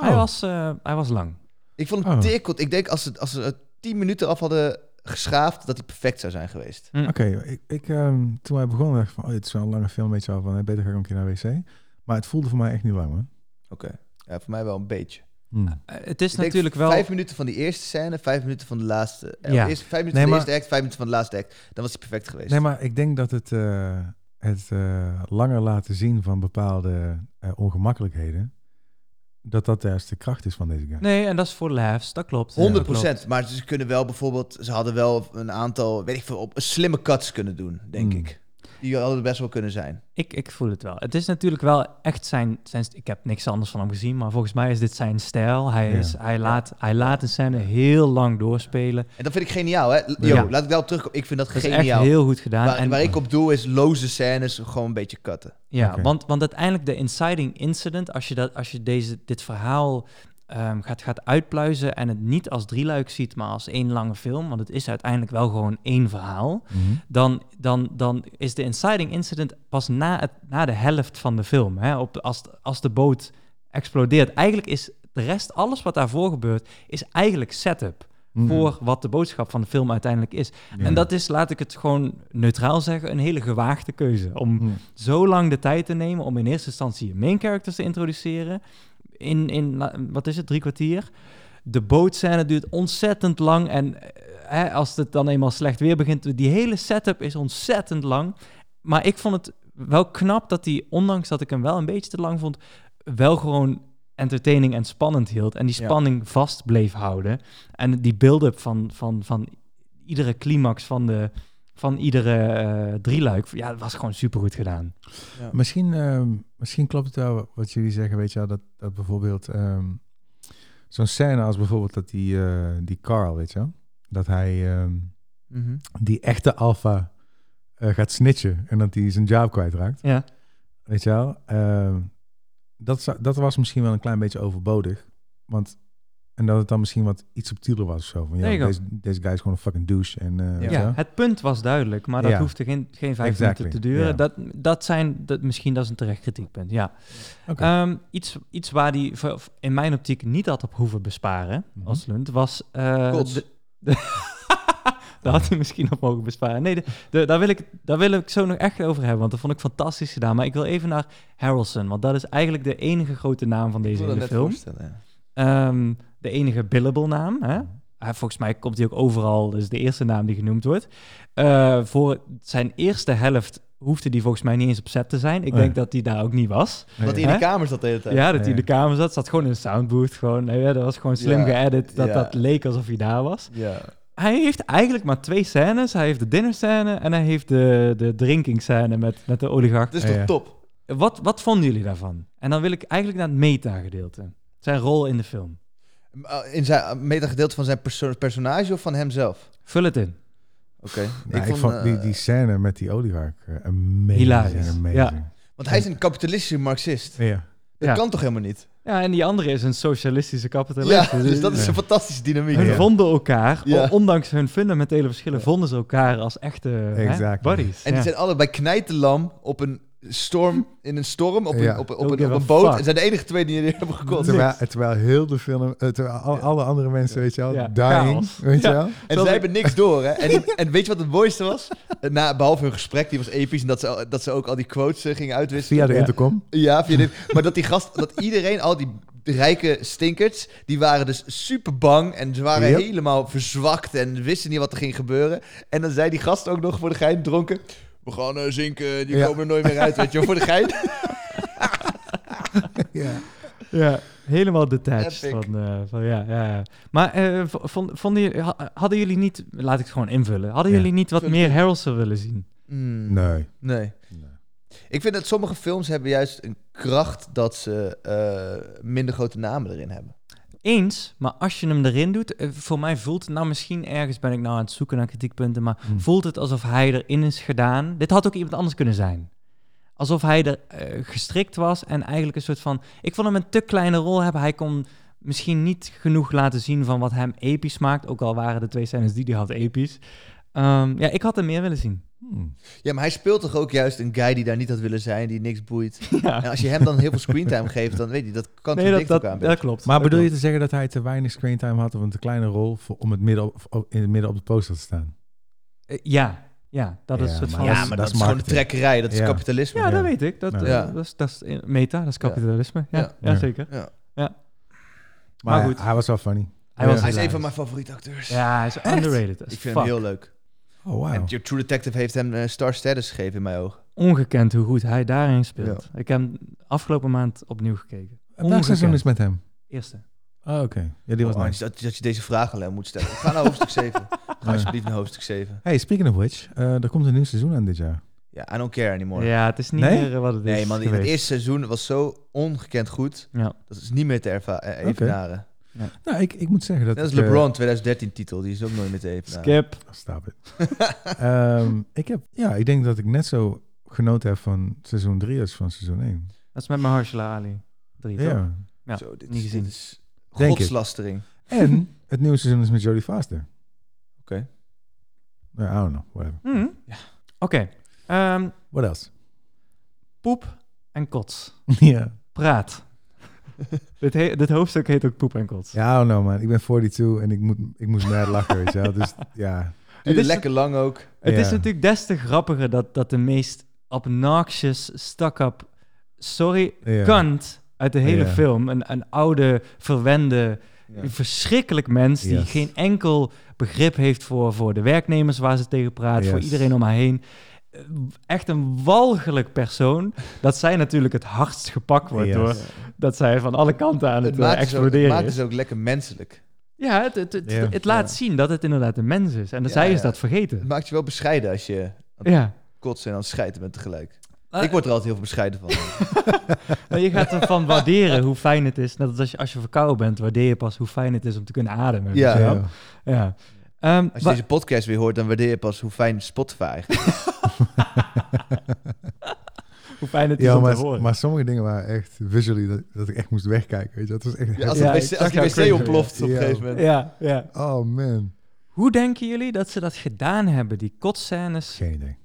S2: Hij,
S4: Oh.
S2: was, eh, hij was lang.
S3: Ik vond
S4: Oh.
S3: het dik. Ik denk als ze, als ze er 10 minuten af hadden geschaafd, dat hij perfect zou zijn geweest.
S4: Oké, ik, ik, ehm, toen wij begonnen dacht ik van, oh, dit is wel een lange film, weet je wel, van, eh, beter ga ik een keer naar de wc. Maar het voelde voor mij echt niet lang, man.
S3: Oké. Ja, voor mij wel een beetje.
S4: Hm.
S2: Eh, het is
S3: Ik denk
S2: natuurlijk wel...
S3: Vijf minuten van die eerste scène, vijf minuten van de laatste. eh,
S2: Ja.
S3: eerst vijf minuten van
S4: Nee,
S3: de eerste
S4: maar-
S3: act, vijf minuten van de laatste act. Dan was hij perfect geweest.
S4: Nee, maar ik denk dat het, eh, het eh, langer laten zien van bepaalde eh, ongemakkelijkheden, dat dat juist de kracht is van deze guy.
S2: Nee, en dat is voor laughs, dat klopt.
S3: 100
S2: Dat
S3: procent. Maar ze kunnen wel bijvoorbeeld, ze hadden wel een aantal, weet ik veel, op slimme cuts kunnen doen, denk
S2: Mm.
S4: Hmm.
S3: ik. Die hadden er best wel kunnen zijn.
S2: Ik, ik voel het wel. Het is natuurlijk wel echt zijn, zijn... Ik heb niks anders van hem gezien, maar volgens mij is dit zijn stijl. Hij,
S4: Ja.
S2: is, hij, laat, hij laat een scène heel lang doorspelen.
S3: En dat vind ik geniaal, hè? L- Yo,
S2: Ja.
S3: laat ik daarop terugkomen. Ik vind dat,
S2: Dat is echt
S3: geniaal.
S2: heel goed gedaan.
S3: waar,
S2: en,
S3: waar ik op doel is loze scènes gewoon een beetje cutten.
S2: Ja,
S4: Oké.
S2: want, want uiteindelijk de inciting incident... als je, dat, als je deze, dit verhaal ehm, gaat, gaat uitpluizen... en het niet als drieluik ziet, maar als één lange film... want het is uiteindelijk wel gewoon één verhaal...
S4: Mhm.
S2: dan, dan, dan is de inciting incident pas na, het, na de helft van de film. Hè? Op, de- als, als de boot explodeert. Eigenlijk is de rest, alles wat daarvoor gebeurt, is eigenlijk setup.
S4: Mhm.
S2: Voor wat de boodschap van de film uiteindelijk is.
S4: Ja.
S2: En dat is, laat ik het gewoon neutraal zeggen, een hele gewaagde keuze. Om
S4: Mhm.
S2: zo lang de tijd te nemen om in eerste instantie je main characters te introduceren. In, in la- wat is het, drie kwartier? De bootscène duurt ontzettend lang. En eh, hè, als het dan eenmaal slecht weer begint, die hele setup is ontzettend lang. Maar ik vond het wel knap dat hij, ondanks dat ik hem wel een beetje te lang vond, wel gewoon entertaining en spannend hield. En die
S3: Ja.
S2: spanning vast bleef houden. En die build-up van, van, van iedere climax van, de, van iedere eh, drieluik, ja, dat was gewoon supergoed gedaan.
S4: Misschien, ehm, misschien klopt het wel wat jullie zeggen, weet je wel, dat, dat bijvoorbeeld ehm, zo'n scène als bijvoorbeeld dat die, eh, die Carl, weet je wel, dat hij ehm,
S2: Mhm.
S4: die echte alfa eh, gaat snitchen en dat hij zijn job kwijtraakt,
S2: Ja.
S4: weet je wel. Ehm, dat, zou- dat was misschien wel een klein beetje overbodig, want en dat het dan misschien wat iets subtieler was of zo. Van,
S2: There
S4: ja,
S2: you go.
S4: deze, deze guy is gewoon een fucking douche en eh, weet
S2: Ja.
S4: je wel.
S2: het punt was duidelijk, maar dat
S4: Ja.
S2: hoefde geen, geen vijf
S4: Exactly,
S2: minuten te duren.
S4: ja.
S2: Dat, dat zijn, dat, misschien dat is een terecht kritiekpunt, ja.
S4: Oké.
S2: Ehm, iets, iets waar die v- v- in mijn optiek niet had op hoeven besparen,
S4: Mhm.
S2: als Lund, was... eh,
S3: Kots.
S2: de- de- Daar had hij misschien op mogen besparen. Nee, de, de- daar, wil ik, daar wil ik zo nog echt over hebben, want dat vond ik fantastisch gedaan. Maar ik wil even naar Harrelson, want dat is eigenlijk de enige grote naam van
S3: Ik
S2: deze
S3: wil dat
S2: hele
S3: net
S2: film.
S3: voorstellen. ja.
S2: Ehm, de enige billable naam. Hè?
S3: Mhm.
S2: Hij- volgens mij komt hij ook overal, dus de eerste naam die genoemd wordt. Eh, voor zijn eerste helft hoefde die volgens mij niet eens op set te zijn. Ik
S3: Oh
S4: Nee.
S2: denk dat die daar ook niet was.
S3: Dat hij in
S2: Hè?
S3: de kamer zat de hele tijd.
S2: Ja, dat hij
S4: Nee.
S2: in de kamer zat, zat gewoon in een soundbooth. Gewoon, nou ja, dat was gewoon slim
S3: Ja,
S2: geëdit, dat
S3: ja.
S2: dat leek alsof hij daar was.
S3: Ja.
S2: Hij heeft eigenlijk maar twee scènes. Hij heeft de dinnerscène en hij heeft de, de drinkingscène met, met de oligarch.
S3: Dat is
S4: Ja,
S3: toch
S4: ja.
S3: top?
S2: Wat, wat vonden jullie daarvan? En dan wil ik eigenlijk naar het meta-gedeelte. Zijn rol in de film.
S3: Uh, In zijn metagedeelte van zijn perso- personage of van hemzelf?
S2: Vul het in.
S3: Oké.
S4: Nou, ik vond, die,
S3: eh,
S4: die scène met die oligarch eh, amazing.
S2: Hilarisch,
S4: amazing.
S2: ja.
S3: Want hij is een kapitalistische marxist.
S4: Ja.
S3: Dat
S2: Ja.
S3: kan toch helemaal niet?
S2: Ja, en die andere is een socialistische kapitalist.
S3: ja, dus dat is
S4: ja.
S3: een fantastische dynamiek.
S2: Hun
S4: Ja.
S2: vonden elkaar,
S3: Ja.
S2: o- ondanks hun fundamentele verschillen, vonden ze elkaar als echte hè,
S4: Exactly.
S2: buddies.
S3: En
S2: Ja.
S3: die zijn allebei knijtenlam op een storm, in een storm, op een,
S4: Ja.
S3: op een, op
S2: Don't
S3: een,
S2: give
S3: op
S2: a
S3: een boot.
S2: fuck.
S3: En zijn de enige twee die er hebben gekocht.
S4: Terwijl, terwijl heel de film, eh, terwijl al- alle andere mensen, weet je wel,
S2: Ja,
S4: dying,
S2: chaos.
S4: weet je
S2: Ja.
S4: wel.
S3: En zij hebben niks door, hè? En, en weet je wat het mooiste was? Na, behalve hun gesprek, die was episch, en dat ze, dat ze ook al die quotes eh, gingen uitwisselen.
S4: Via de intercom.
S3: Ja, via dit. Maar dat die gast, dat iedereen, al die rijke stinkers, die waren dus super bang en ze waren
S4: Yep.
S3: helemaal verzwakt en wisten niet wat er ging gebeuren. En dan zei die gast ook nog voor de gein dronken: We gaan eh, zinken, die
S4: Ja.
S3: komen er nooit meer uit, weet je, wel, voor de gein.
S4: Ja.
S2: Ja, helemaal detached.
S3: Epic.
S2: Van, eh, van, ja, ja, ja. Maar eh, v- vond, vonden, jullie- ha- hadden jullie niet, laat ik het gewoon invullen, hadden
S4: Ja.
S2: jullie niet wat
S3: Vul
S2: meer Harrelson willen zien?
S3: Hmm,
S4: Nee.
S3: nee. Ik vind dat sommige films hebben juist een kracht dat ze eh, minder grote namen erin hebben.
S2: Eens, maar als je hem erin doet, eh, voor mij voelt het nou misschien ergens, ben ik nou aan het zoeken naar kritiekpunten, maar
S3: Hm.
S2: voelt het alsof hij erin is gedaan. Dit had ook iemand anders kunnen zijn. Alsof hij er eh, gestrikt was en eigenlijk een soort van. Ik vond hem een te kleine rol hebben. Hij kon misschien niet genoeg laten zien van wat hem episch maakt. Ook al waren de twee scènes die hij had episch. Ehm, ja, ik had hem meer willen zien.
S4: Hmm.
S3: Ja, maar hij speelt toch ook juist een guy die daar niet had willen zijn, die niks boeit. En als je hem dan heel veel screentime geeft, dan weet je, dat kan
S2: Nee,
S3: nee,
S2: dat- dat-
S3: elkaar een
S2: dat
S3: beetje.
S2: klopt.
S4: Maar bedoel je
S2: klopt.
S4: te zeggen dat hij te weinig screentime had of een te kleine rol voor- om het midden op, op- in het midden op de poster te staan?
S2: Eh, ja, ja, dat is
S4: Ja,
S2: een soort
S4: maar
S2: van.
S4: dat
S3: Ja, maar
S4: is-
S3: dat,
S4: dat
S3: is gewoon de
S4: marketing.
S3: trekkerij, dat is
S4: Ja.
S3: kapitalisme.
S2: Ja,
S4: Ja.
S2: dat weet ik. Dat, eh,
S3: Ja.
S2: dat, is, dat is meta, dat is
S3: Ja.
S2: kapitalisme. Ja,
S3: Ja.
S2: ja,
S4: Ja.
S2: zeker.
S3: Ja.
S4: Maar,
S2: Maar
S4: hij-
S2: goed.
S4: hij was wel funny.
S2: Hij
S4: Ja.
S2: was
S3: Hij is een
S2: hilarisch.
S3: van mijn favoriete acteurs.
S2: Ja, hij is underrated. as
S3: Ik vind
S2: fuck.
S3: hem heel leuk.
S4: Oh, wow.
S3: En Your True Detective heeft hem eh, star status gegeven in mijn ogen.
S2: Ongekend hoe goed hij daarin speelt. Ik heb hem afgelopen maand opnieuw gekeken.
S4: Welk seizoen is
S2: Ongekend.
S4: met hem?
S2: Eerste.
S4: Oh, oké. Ja, die was
S3: Oh,
S4: nice.
S3: dat, dat je deze vraag aan hem moet stellen. Ga naar hoofdstuk 7. Ga alsjeblieft naar hoofdstuk 7.
S4: Hey, speaking of which, eh, er komt een nieuw seizoen aan dit jaar.
S3: Ja, I don't care anymore.
S2: Ja, het is niet
S4: Nee?
S2: meer eh, wat het is.
S3: nee, man, die- het
S2: geweest.
S3: eerste seizoen was zo ongekend goed.
S2: Ja.
S3: Dat is niet meer te erva- eh, evenaren.
S4: Nou, ik, ik moet zeggen dat...
S3: Dat is
S4: ik, eh, Oh,
S3: LeBron 2013-titel, die is ook nooit meer te evenaren.
S2: Skip.
S4: Stop it. Ehm, ik heb... Ja, ik denk dat ik net zo genoten heb van seizoen 3 als van seizoen 1.
S2: Dat is met Mahershala Ali. Drie, toch?
S4: Ja.
S2: Ja,
S3: Zo, dit
S2: niet
S3: is,
S2: gezien.
S3: dit is
S4: Denk ik.
S3: godslastering.
S4: En het nieuwe seizoen is met Jodie Foster.
S3: Oké.
S4: Nou, I don't know. Whatever.
S2: Mhm. Oké. Ehm,
S4: What else?
S2: poep en kots.
S4: ja.
S2: Praat. dit, he- dit hoofdstuk heet ook poep en kots.
S4: Ja, I don't know, man. Ik ben 42 en ik, moet, ik moest mad lachen, weet je wel. Dus ja.
S3: Duurde
S2: is-
S3: lekker lang ook.
S2: Het
S4: Ja.
S2: is natuurlijk des te grappiger dat, dat de meest obnoxious, stuck-up, sorry,
S4: Ja.
S2: kant uit de hele
S4: Ja.
S2: film, een, een oude, verwende,
S3: Ja.
S2: verschrikkelijk mens die
S4: Yes.
S2: geen enkel begrip heeft voor, voor de werknemers waar ze tegen praat, voor
S4: Yes.
S2: iedereen om haar heen. Eh, Echt een walgelijk persoon, dat zij natuurlijk het hardst gepakt wordt
S4: Yes.
S2: door dat zij van alle kanten aan het,
S3: Het maakt,
S2: eh,
S3: ze ook, het
S2: exploderen
S3: maakt
S2: is.
S3: dus ook lekker menselijk.
S2: Ja, het, het, het,
S4: Ja.
S2: het laat
S3: Ja.
S2: zien dat het inderdaad een mens is. En dat
S3: Ja,
S2: zij is
S3: ja.
S2: dat
S3: Het
S2: vergeten.
S3: maakt je wel bescheiden als je aan het
S2: Ja.
S3: kotsen en aan het schijten bent tegelijk.
S2: Eh,
S3: ik word er altijd heel veel bescheiden van.
S2: Maar je gaat ervan waarderen hoe fijn het is. Net als als je, als je verkouden bent, waardeer je pas hoe fijn het is om te kunnen ademen.
S3: Ja.
S2: weet je wel? ja. Ehm,
S3: Als je
S2: wa-
S3: deze podcast weer hoort, dan waardeer je pas hoe fijn Spotify eigenlijk is.
S2: hoe fijn het is
S4: Ja,
S2: om te
S4: maar,
S2: horen.
S4: maar sommige dingen waren echt visually dat, dat ik echt moest wegkijken. Weet je, dat was echt.
S3: Ja, als,
S2: Ja,
S3: het
S2: ik
S3: wc
S2: zag
S3: als die
S2: jou
S3: wc
S2: cringen,
S3: ontploft
S4: ja.
S3: op een
S4: Ja.
S3: gegeven moment.
S2: ja, ja.
S4: Oh man.
S2: Hoe denken jullie dat ze dat gedaan hebben, die kotscènes?
S4: Geen idee.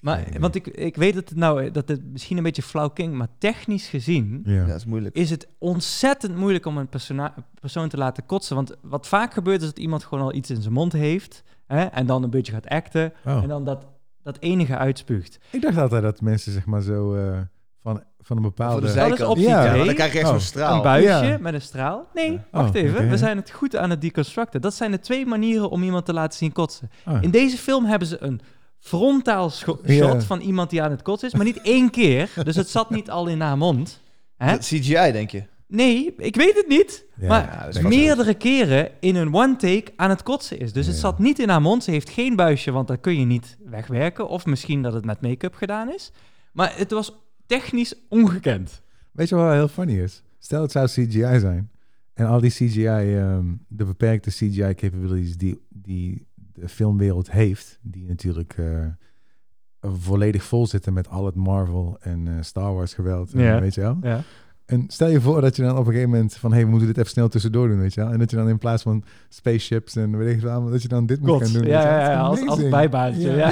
S2: Maar, want ik, ik weet dat het, nou, dat het misschien een beetje flauw klinkt, maar technisch gezien...
S4: Ja.
S3: Ja, dat is moeilijk.
S2: is het ontzettend moeilijk om een persona- persoon te laten kotsen. Want wat vaak gebeurt is dat iemand gewoon al iets in zijn mond heeft... Hè, en dan een beetje gaat acten
S4: Oh.
S2: en dan dat, dat enige uitspuugt.
S4: Ik dacht altijd dat mensen zeg maar zo eh, van, van een
S3: Voor de
S4: bepaalde.
S3: zijkant.
S2: Dat is optie
S4: Ja,
S3: Ja,
S2: twee.
S3: maar dan krijg je echt
S4: Oh,
S3: zo'n
S2: Een
S3: straal.
S2: buisje
S4: Ja.
S2: met een straal? Nee,
S3: Ja.
S2: wacht
S4: Oh,
S2: even.
S4: oké.
S2: We zijn het goed aan het deconstructen. Dat zijn de twee manieren om iemand te laten zien kotsen.
S4: Ah.
S2: In deze film hebben ze een frontaal scho-
S4: Ja.
S2: shot van iemand die aan het kotsen is, maar niet één keer. Dus het zat niet al in haar mond. Hè?
S3: Dat CGI, denk je?
S2: Nee, ik weet het niet.
S4: Ja,
S2: maar
S3: dat is vast
S2: meerdere keren in een one take aan het kotsen is. Dus het
S4: Ja.
S2: zat niet in haar mond. Ze heeft geen buisje, want dat kun je niet wegwerken. Of misschien dat het met make-up gedaan is. Maar het was technisch ongekend.
S4: Weet je wat wel heel funny is? Stel het zou CGI zijn. En al die CGI, ehm, de beperkte CGI capabilities die, die de filmwereld heeft, die natuurlijk eh, volledig vol zitten met al het Marvel en eh, Star Wars geweld. en
S2: Ja.
S4: Weet je wel?
S2: Ja.
S4: En stel je voor dat je dan op een gegeven moment van... hé, hey, we moeten dit even snel tussendoor doen, weet je wel? En dat je dan in plaats van spaceships en weet ik veel allemaal... dat je dan dit moet
S2: God,
S4: gaan doen.
S2: ja,
S4: weet je wel.
S2: ja,
S4: Dat is
S2: ja, als, als
S4: amazing.
S2: bijbaantje. Ja.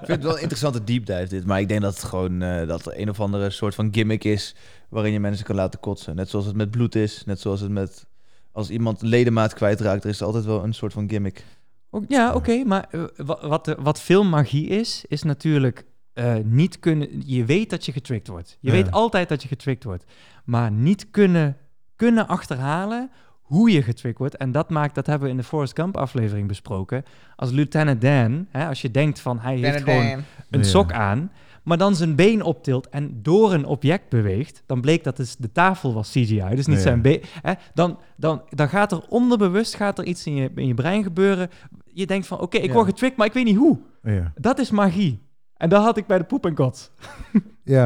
S3: Ik vind het wel een interessante deep dive dit, maar ik denk dat het gewoon eh, dat er een of andere soort van gimmick is waarin je mensen kan laten kotsen. Net zoals het met bloed is, net zoals het met als iemand ledemaat kwijtraakt, er is altijd wel een soort van gimmick.
S2: Ook- Ja, oké, maar eh, wa- wat, eh, wat filmmagie is, is natuurlijk eh, niet kunnen... Je weet dat je getricked wordt. Je
S4: Ja.
S2: weet altijd dat je getricked wordt. Maar niet kunnen, kunnen achterhalen hoe je getricked wordt. En dat maakt, dat hebben we in de Forrest Gump aflevering besproken. Als Lieutenant Dan, hè, als je denkt van hij heeft gewoon een
S4: Ja.
S2: sok aan... maar dan zijn been optilt en door een object beweegt... dan bleek dat dus de tafel was CGI, dus niet
S4: Ja.
S2: zijn been. Hè, dan, dan, dan gaat er onderbewust gaat er iets in je, in je brein gebeuren... Je denkt van, oké, ik
S3: Ja.
S2: word getricked, maar ik weet niet hoe.
S4: Oh, Ja.
S2: Dat is magie. En dat had ik bij de poep en kots.
S4: Ja,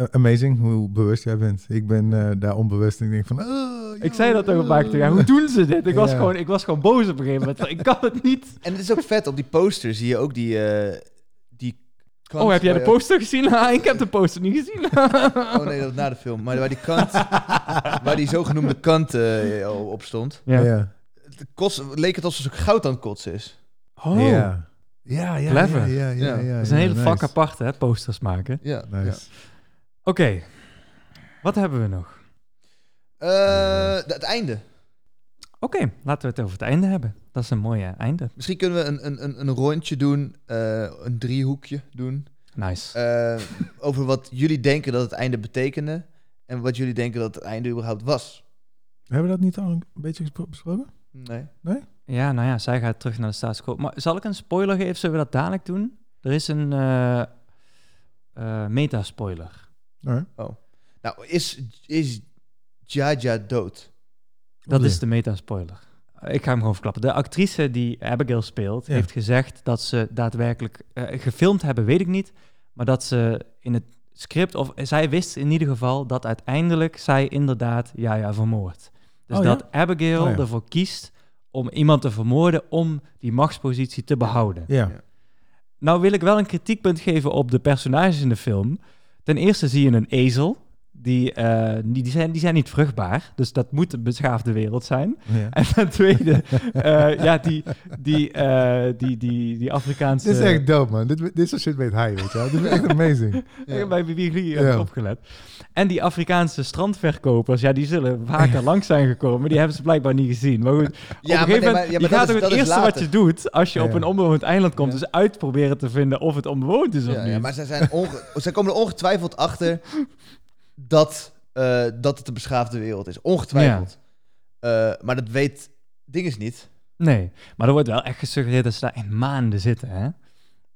S4: a- amazing hoe bewust jij bent. Ik ben eh, daar onbewust en ik denk van... "Ah,
S2: Ik zei dat tegen Mark. Ja, hoe doen ze dit? Ik, was
S4: Ja.
S2: gewoon, ik was gewoon boos op een gegeven moment. Ik kan het niet.
S3: En het is ook vet, op die poster zie je ook die... eh, die kant
S2: Oh, heb jij de
S3: waar
S4: eh,
S3: je-
S2: poster gezien? Ah, ik heb de poster niet gezien.
S3: Oh nee, dat was na de film. Maar waar die kant, waar die zogenoemde kant eh, op stond.
S4: Ja.
S2: Ja.
S4: Ja.
S3: Het kost, leek het alsof ze goud aan het kotsen is.
S2: Oh,
S4: Ja. Ja, ja,
S2: Clever.
S4: Ja, ja, ja, ja,
S2: dat is een
S4: ja,
S2: hele
S4: nice.
S2: vak apart, hè? Posters maken.
S3: Ja. ja.
S4: Nice.
S2: Oké, wat hebben we nog?
S3: Eh, het einde.
S2: Oké, laten we het over het einde hebben. Dat is een mooie einde.
S3: Misschien kunnen we een, een, een, een rondje doen, eh, een driehoekje doen.
S2: Nice.
S3: eh, over wat jullie denken dat het einde betekende. En wat jullie denken dat het einde überhaupt was.
S4: Hebben we dat niet al een beetje gespro- besproken?
S3: Nee.
S2: Ja, nou ja, zij gaat terug naar de staatsschool. Maar zal ik een spoiler geven? Zullen we dat dadelijk doen? Er is een eh, eh, meta-spoiler.
S4: Nee.
S3: Nou, is, is Jaja dood?
S2: Dat
S4: Wat
S2: is de meta-spoiler. Ik ga hem gewoon verklappen. De actrice die Abigail speelt,
S4: Ja.
S2: heeft gezegd dat ze daadwerkelijk eh, gefilmd hebben, weet ik niet. Maar dat ze in het script, of zij wist in ieder geval dat uiteindelijk zij inderdaad Jaja vermoordt. Dus
S4: Oh ja?
S2: dat Abigail
S4: Oh ja.
S2: ervoor kiest om iemand te vermoorden om die machtspositie te behouden.
S4: Ja.
S3: Ja.
S2: Nou wil ik wel een kritiekpunt geven op de personages in de film. Ten eerste zie je een ezel. Die, eh, die, die zijn, die zijn niet vruchtbaar. Dus dat moet een beschaafde wereld zijn.
S4: ja.
S2: En ten tweede, eh, ja, die, die, eh, die, die, die Afrikaanse...
S4: Dit is echt dope, man. Dit, dit soort shit weet hij, weet je wel. Dit is echt amazing.
S2: Ja. Bij Bibi heb ik
S4: Ja.
S2: opgelet. En die Afrikaanse strandverkopers, ja, die zullen vaker langs zijn gekomen. Maar die hebben ze blijkbaar niet gezien. Maar goed, op een
S3: maar
S2: gegeven
S3: nee,
S2: moment,
S3: maar- ja,
S2: je
S3: maar
S2: gaat
S3: dat is-
S2: ook
S3: dat
S2: het
S3: is
S2: eerste wat
S3: later.
S2: je doet als je
S4: Ja.
S2: op een onbewoond eiland komt.
S3: Ja.
S2: Dus uit proberen te vinden of het onbewoond is of
S3: Ja,
S2: niet.
S3: ja, maar zij, zijn onge- zij komen er ongetwijfeld achter dat, eh, dat het een beschaafde wereld is. Ongetwijfeld. Eh, maar dat weet Dinges niet.
S2: Nee, maar er wordt wel echt gesuggereerd dat ze daar in maanden zitten, hè?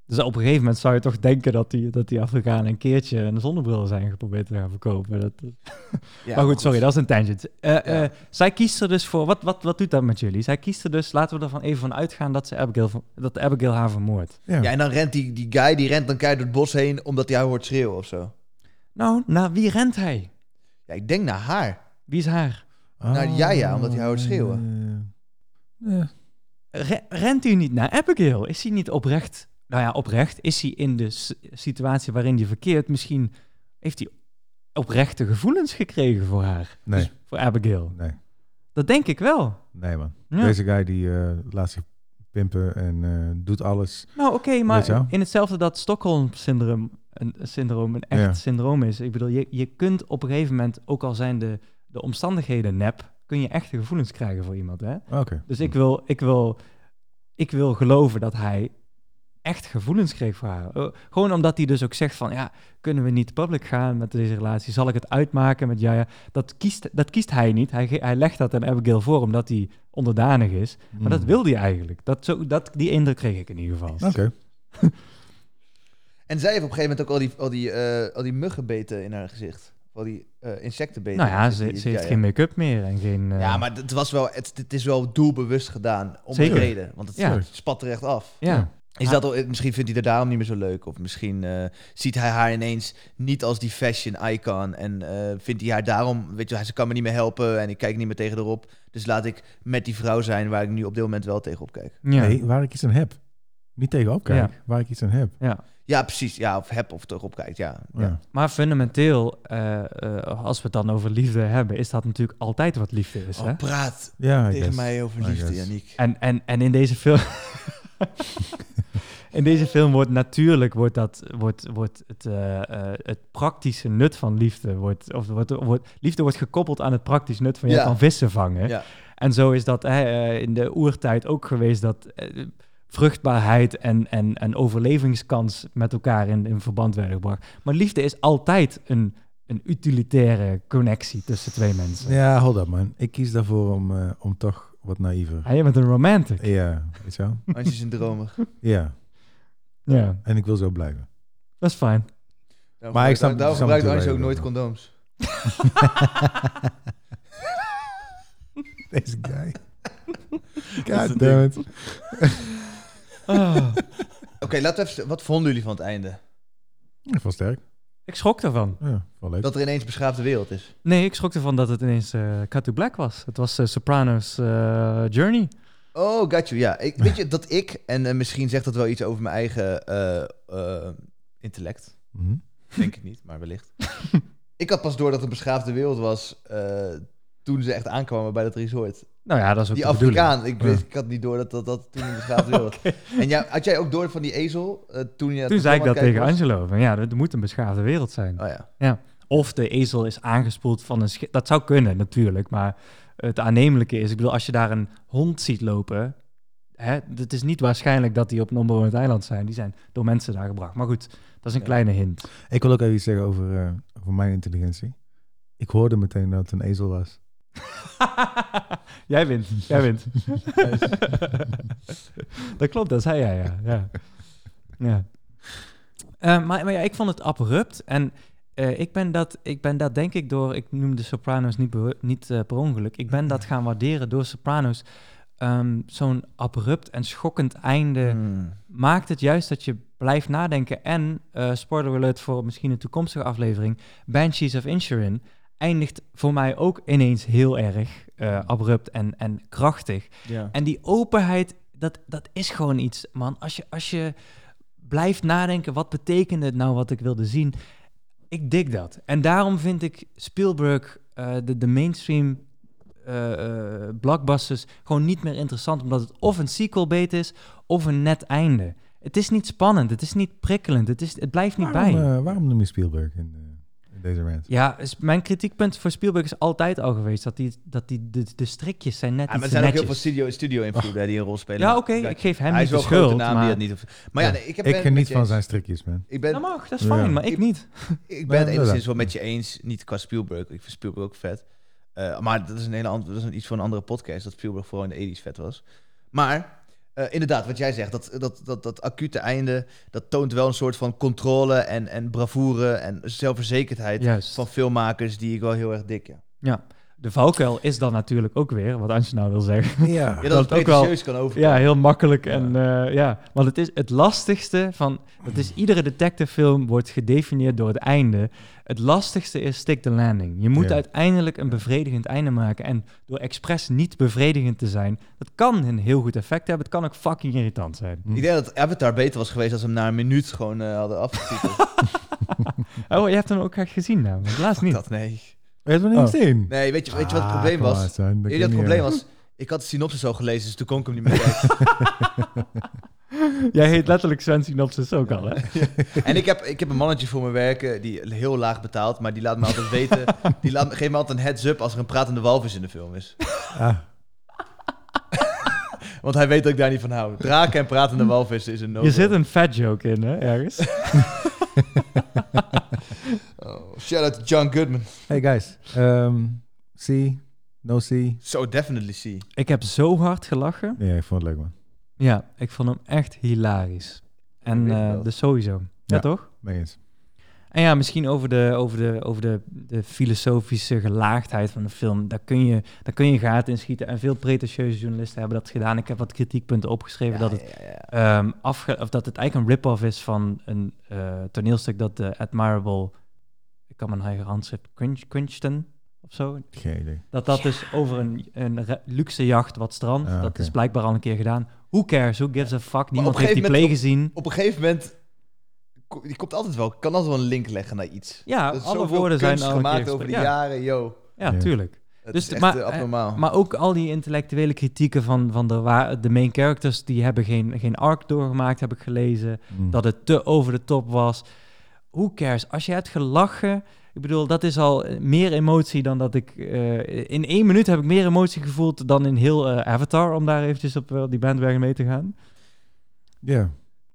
S2: Dus op een gegeven moment zou je toch denken dat die, dat die Afrikanen een keertje een zonnebril zijn geprobeerd te gaan verkopen. Dat,
S3: Ja,
S2: maar goed, sorry, dat is een tangent. Eh,
S3: Ja.
S2: eh, zij kiest er dus voor, wat, wat, wat doet dat met jullie? Zij kiest er dus, laten we ervan even van uitgaan dat, ze Abigail, ver- dat Abigail haar vermoordt.
S4: Ja.
S3: Ja, en dan rent die, die guy, die rent dan keihard door het bos heen omdat hij haar hoort schreeuwen of zo.
S2: Nou, naar wie rent hij?
S3: Ja, ik denk naar haar.
S2: Wie is haar? Oh.
S3: Nou, ja, ja, omdat hij houdt schreeuwen.
S4: Ja, ja, ja.
S2: Re- rent u niet naar Abigail? Is hij niet oprecht? Nou ja, oprecht. Is hij in de s- situatie waarin hij verkeert? Misschien heeft hij oprechte gevoelens gekregen voor haar.
S4: Nee,
S2: Voor Abigail.
S4: nee,
S2: Dat denk ik wel.
S4: nee, man.
S2: Ja.
S4: Deze guy die eh, laat zich pimpen en eh, doet alles.
S2: Nou oké,
S4: Weet je wel?
S2: maar in hetzelfde dat Stockholm-syndroom een, een syndroom een echt
S4: Ja.
S2: syndroom is. Ik bedoel, je, je kunt op een gegeven moment, ook al zijn de, de omstandigheden nep, kun je echte gevoelens krijgen voor iemand, hè?
S4: Oké.
S2: Dus ik wil, ik wil, ik wil geloven dat hij echt gevoelens kreeg voor haar. Eh, gewoon omdat hij dus ook zegt van, ja, kunnen we niet public gaan met deze relatie? Zal ik het uitmaken met Jaya? Dat kiest, dat kiest hij niet. Hij, ge- hij legt dat aan Abigail voor omdat hij onderdanig is. Maar
S4: Mm.
S2: dat wilde hij eigenlijk. Dat, zo, dat, die indruk kreeg ik in ieder geval.
S4: Hm. Oké.
S3: En zij heeft op een gegeven moment ook al die, al die, eh, al die muggenbeten in haar gezicht. Al die eh, insectenbeten.
S2: Nou ja,
S3: in haar
S2: ze,
S3: gezicht,
S2: ze
S3: die-
S2: heeft
S3: ja,
S2: geen make-up meer en geen... eh,
S3: Ja, maar het was wel, het, het is wel doelbewust gedaan. Om
S2: Zeker.
S3: een reden. Want het
S2: Ja.
S3: spat terecht af.
S2: Ja.
S3: Is dat, al- eh, misschien vindt hij haar daarom niet meer zo leuk. Of misschien eh, ziet hij haar ineens niet als die fashion icon. En eh, vindt hij haar daarom, weet je, wel, ze kan me niet meer helpen. En ik kijk niet meer tegen haar op. Dus laat ik met die vrouw zijn waar ik nu op dit moment wel tegenop kijk.
S2: ja.
S4: Nee, waar ik iets aan heb. Niet tegenop kijk, waar ik iets aan heb.
S2: ja.
S3: Ja, precies. Ja, of heb of tegenop kijkt. Ja.
S4: Ja.
S3: Ja.
S2: Maar fundamenteel, eh, eh, als we het dan over liefde hebben, is dat natuurlijk altijd wat liefde is. hè?
S3: Oh, praat
S4: Ja, I
S3: tegen
S4: guess.
S3: mij over
S4: I
S3: liefde,
S4: guess.
S3: Yannick.
S2: En, en, en in deze film. in deze film wordt natuurlijk wordt dat, wordt, wordt het, eh, eh, het praktische nut van liefde. Wordt, of wordt, wordt, liefde wordt gekoppeld aan het praktisch nut van je
S3: Ja.
S2: kan vissen vangen.
S3: Ja.
S2: En zo is dat hè, eh, in de oertijd ook geweest dat eh, vruchtbaarheid en, en, en overlevingskans met elkaar in, in verband werden gebracht. Maar liefde is altijd een, een utilitaire connectie tussen twee
S3: eh.
S2: mensen.
S4: Ja, hold up, man. Ik kies daarvoor om, eh, om toch wat naïver.
S2: Hij bent een romantic.
S4: Ja, weet je wel?
S3: Antje is een dromer.
S4: Ja,
S2: Ja,
S4: en ik wil zo blijven.
S2: dat is fijn.
S3: Daarom
S4: Maar ik
S3: gebruikt-
S4: snap-
S3: daarom
S4: snap
S3: gebruikt
S4: natuurlijk
S3: Antje ook
S4: wel
S3: nooit
S4: even.
S3: condooms.
S4: Deze guy. God damn it.
S2: Ah.
S3: Oké, laten we even... Wat vonden jullie van het einde?
S4: Ik vond sterk.
S2: Ik schrok ervan.
S4: Ja, wel leuk.
S3: Dat er ineens beschaafde wereld is.
S2: Nee, ik schrok ervan dat het ineens eh Cut to Black was. Het was eh, Sopranos eh, Journey.
S3: Oh, got you. Ja, ik, weet je dat ik, en eh, misschien zegt dat wel iets over mijn eigen eh, eh, intellect.
S4: Mhm.
S3: Denk ik niet, maar wellicht. ik had pas door dat het een beschaafde wereld was eh, toen ze echt aankwamen bij dat resort.
S2: Nou ja, dat is ook
S3: Die
S2: de bedoeling.
S3: Afrikaan, ik, weet, ik had niet door dat dat, dat toen een beschaafde wereld was. En ja, had jij ook door van die ezel eh, toen je...
S2: Toen zei ik dat tegen
S3: Angela.
S2: Angelo. Van, ja, het moet een beschaafde wereld zijn.
S3: Oh ja.
S2: Of de ezel is aangespoeld van een schip. Dat zou kunnen natuurlijk, maar het aannemelijke is... Ik bedoel, als je daar een hond ziet lopen... Hè, het is niet waarschijnlijk dat die op een onbewoond eiland zijn. Die zijn door mensen daar gebracht. Maar goed, dat is een
S3: Ja.
S2: kleine hint.
S4: Ik wil ook even iets zeggen over, eh, over mijn intelligentie. Ik hoorde meteen dat het een ezel was.
S2: jij wint, jij wint. dat klopt, dat zei jij, ja. ja. ja. Eh, maar, maar ja, ik vond het abrupt. En eh, ik, ben dat, ik ben dat denk ik door... Ik noem de Sopranos niet, beho- niet eh, per ongeluk. Ik ben dat gaan waarderen door Sopranos. Ehm, Zo'n abrupt en schokkend einde maakt het juist dat je blijft nadenken. En, eh, spoiler alert voor misschien een toekomstige aflevering... Banshees of Insurance eindigt voor mij ook ineens heel erg eh, abrupt en, en krachtig.
S3: Ja.
S2: En die openheid, dat, dat is gewoon iets, man. Als je, als je blijft nadenken, wat betekende het nou wat ik wilde zien? Ik dik dat. En daarom vind ik Spielberg, eh, de, de mainstream eh, eh, blockbusters, gewoon niet meer interessant. Omdat het of een sequel bait is, of een net einde. Het is niet spannend, het is niet prikkelend, het, is, het blijft niet
S4: waarom,
S2: bij.
S4: eh, waarom noem je Spielberg in, eh, in deze rant?
S2: Ja, is- mijn kritiekpunt voor Spielberg is altijd al geweest dat die, dat die de, de strikjes zijn net
S3: Ja, maar er
S2: iets
S3: zijn ook heel veel
S2: netjes. Oh.
S3: studio, studio invloeden die een rol spelen.
S2: Ja, oké,
S3: Kijk,
S2: ik geef hem
S3: Hij is
S2: niet
S3: wel
S2: de
S3: een grote
S2: schuld,
S3: naam
S2: maar...
S3: die dat niet... hoeft- Maar ja,
S4: Ja.
S3: nee, ik, heb
S4: Ik
S3: ben
S4: geniet
S3: met je
S4: van
S3: eens.
S4: zijn strikjes, man.
S3: Ik ben,
S2: Dat mag, dat is
S4: Ja.
S2: fijn, maar ik
S3: Ik-
S2: niet.
S3: ik ben het
S4: Nee, inderdaad.
S3: enigszins wel met je eens. Niet qua Spielberg. Ik vind Spielberg ook vet. Eh, maar dat is een hele andere, dat is een, iets voor een andere podcast. Dat Spielberg vooral in de 80s vet was. Maar eh, inderdaad, wat jij zegt, dat, dat, dat, dat acute einde, dat toont wel een soort van controle en, en bravoure en zelfverzekerdheid
S2: Juist.
S3: van filmmakers die ik wel heel erg dik. Ja,
S2: De valkuil is dan natuurlijk ook weer, wat Antje nou wil zeggen.
S4: Ja.
S3: ja
S2: dat
S3: dat, het
S2: ook wel-
S3: pretentieus kan over.
S2: Ja, heel makkelijk. En eh, ja, want het is het lastigste van. Het is iedere detective film wordt gedefinieerd door het einde. Het lastigste is stick the landing. Je moet
S4: Ja.
S2: uiteindelijk een bevredigend einde maken. En door expres niet bevredigend te zijn, dat kan een heel goed effect hebben. Het kan ook fucking irritant zijn.
S3: Ik denk dat Avatar beter was geweest als we hem na een minuut gewoon eh, hadden afgetikt.
S2: Oh, je hebt hem ook echt gezien, namelijk. Laatst niet.
S3: dat nee.
S4: Je hebt nog niet
S2: Oh.
S4: gezien?
S3: Nee, weet je, weet je wat het
S4: Ah,
S3: probleem
S4: come
S3: was?
S4: on, son, dat
S3: Weet je wat het
S4: kun je-
S3: probleem was? Ik had de synopsis al gelezen, dus toen kon ik hem niet meer kijken.
S2: Jij heet letterlijk Sven Synopsis ook al, hè?
S3: En ik heb, ik heb een mannetje voor me werken die heel laag betaalt, maar die laat me altijd weten. Die laat, me- geeft me altijd een heads-up als er een pratende walvis in de film is.
S4: Ah,
S3: Want hij weet dat ik daar niet van hou. Draken en pratende walvissen is een no
S2: Je zit een fat joke in, hè, ergens.
S3: Oh, shout out to John Goodman.
S4: Hey guys, ehm see, no see.
S3: So definitely see.
S2: Ik heb zo hard gelachen.
S4: Ja, ik vond het leuk man.
S2: Ja, ik vond hem echt hilarisch. En
S3: weet
S2: eh,
S3: wel.
S2: dus sowieso. Ja,
S4: Ja.
S2: toch?
S4: Mee eens.
S2: En ja, misschien over, de, over, de, over de, de filosofische gelaagdheid van de film. Daar kun, je, daar kun je gaten in schieten. En veel pretentieuze journalisten hebben dat gedaan. Ik heb wat kritiekpunten opgeschreven dat, het, ehm, afge- of dat het eigenlijk een rip-off is van een eh, toneelstuk dat de Admirable... Ik kan mijn eigen handschrift... Quinch, Quinchton of zo.
S4: Geen idee.
S2: Dat dat dus over een, een re- luxe jacht wat strand.
S4: Ah,
S2: Dat
S4: oké.
S2: is blijkbaar al een keer gedaan. Who cares? Who gives a fuck?
S3: op
S2: Niemand
S3: een
S2: heeft die
S3: gegeven
S2: play
S3: moment-
S2: gezien.
S3: Op een gegeven moment, ko- die komt altijd wel, kan altijd wel een link leggen naar iets.
S2: Ja,
S3: Er is
S2: alle
S3: zoveel
S2: woorden zijn
S3: kunst
S2: al een keer
S3: gemaakt over de
S2: gespeeld. ja,
S3: jaren, yo.
S2: ja,
S4: Ja.
S2: tuurlijk.
S3: Het
S2: Dus
S3: is
S2: de-
S3: echt
S2: maar,
S3: eh,
S2: eh,
S3: abnormaal.
S2: Maar ook al die intellectuele kritieken van, van de, wa- de main characters... die hebben geen, geen arc doorgemaakt, heb ik gelezen.
S4: Mm.
S2: Dat het te over de top was. Who cares? Als je hebt gelachen... Ik bedoel, dat is al eh, meer emotie dan dat ik... eh, in één minuut heb ik meer emotie gevoeld dan in heel eh, Avatar... om daar eventjes op eh, die bandwagon mee te gaan.
S4: Ja.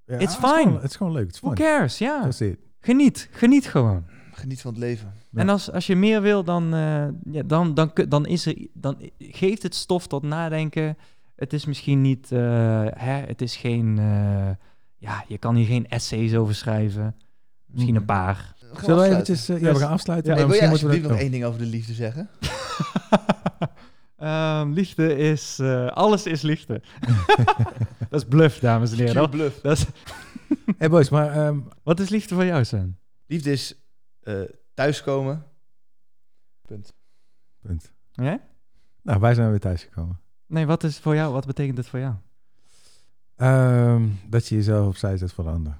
S4: Ja,
S2: It's
S4: het is gewoon-
S2: fine.
S4: Het is gewoon leuk. Het is
S2: Who
S4: fun.
S2: cares? Ja,
S4: That's it.
S2: geniet. Geniet gewoon.
S3: Geniet van het leven.
S4: Ja.
S2: En als, als je meer wil, dan, eh, ja, dan, dan, kun- dan, is er, i- dan i- geeft het stof tot nadenken. Het is misschien niet, eh, hè, het is geen, eh, ja, je kan hier geen essays over schrijven. Misschien
S4: Mhm.
S2: een paar.
S3: We gaan
S4: Zullen we
S3: afsluiten.
S4: eventjes... eh, ja,
S2: Yes.
S4: we gaan afsluiten.
S2: Ja.
S4: maar
S3: Hey, wil jij
S4: misschien moeten
S3: alsjeblieft
S4: we dat-
S3: nog één ding over de liefde zeggen?
S2: Ehm, liefde is, eh, alles is liefde. dat is bluff, dames en heren.
S3: Pure bluff.
S2: Dat is-
S4: Hey boys, maar ehm,
S2: wat is liefde voor jou, Sam?
S3: Liefde is eh, thuiskomen. Punt.
S4: Punt.
S2: Jij?
S4: Nou, wij zijn weer thuisgekomen.
S2: Nee, wat is voor jou? Wat betekent het voor jou?
S4: Ehm, dat je jezelf opzij zet voor de ander.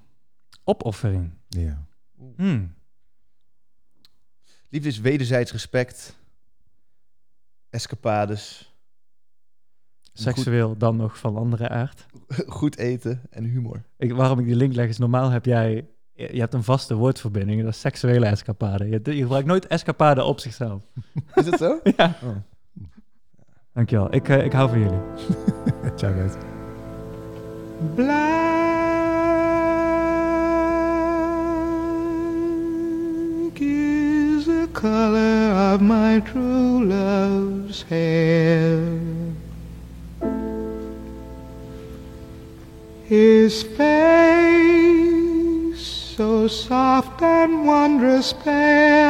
S2: Opoffering.
S4: Ja.
S2: Hmm.
S3: Liefde is wederzijds respect. Escapades.
S2: Seksueel dan nog van andere aard.
S3: Goed eten en humor.
S2: Ik, waarom ik die link leg is, normaal heb jij... Je hebt een vaste woordverbinding, en dat is seksuele escapade. Je, je gebruikt nooit escapade op zichzelf.
S3: Is dat zo?
S2: ja.
S3: Oh.
S2: Dankjewel. Ik, eh, ik hou van jullie.
S4: Ciao guys.
S12: Black is the color of my true love's hair. His face so soft and wondrous fair.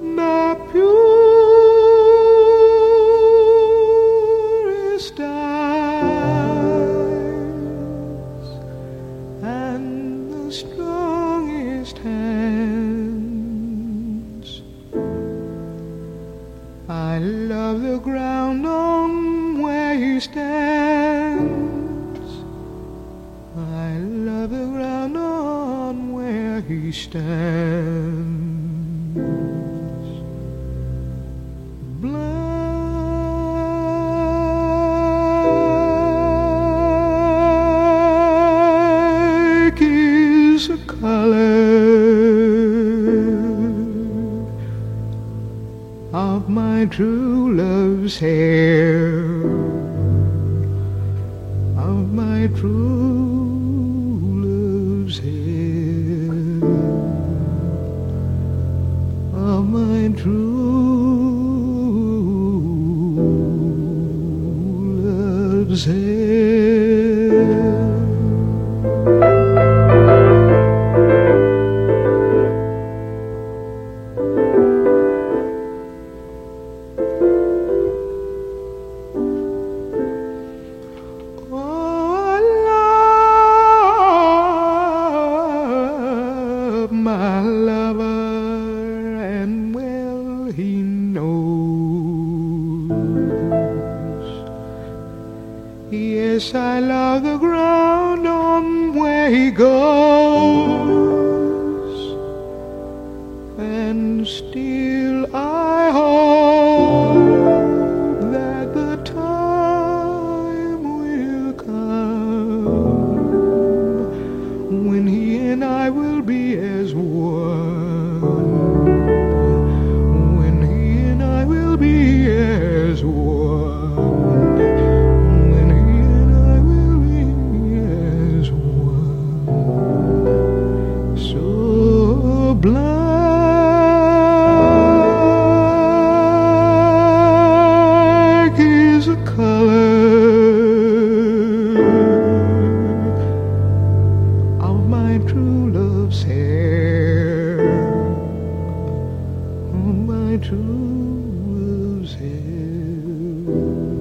S12: The purest eyes and the strongest hands. I love the ground on where he stands. I love the ground on where he stands. Black is a color of my true love's hair, of my true love's hair of my true love's hair. Oh, love my lover, and well he knows. Yes, I love the ground on where he goes, and still I hope that the time will come when he and I will be as one. When he and I will be as one. When he and I will be as one. So black is a color of my true love's hair. Oh, Of my true love's hair.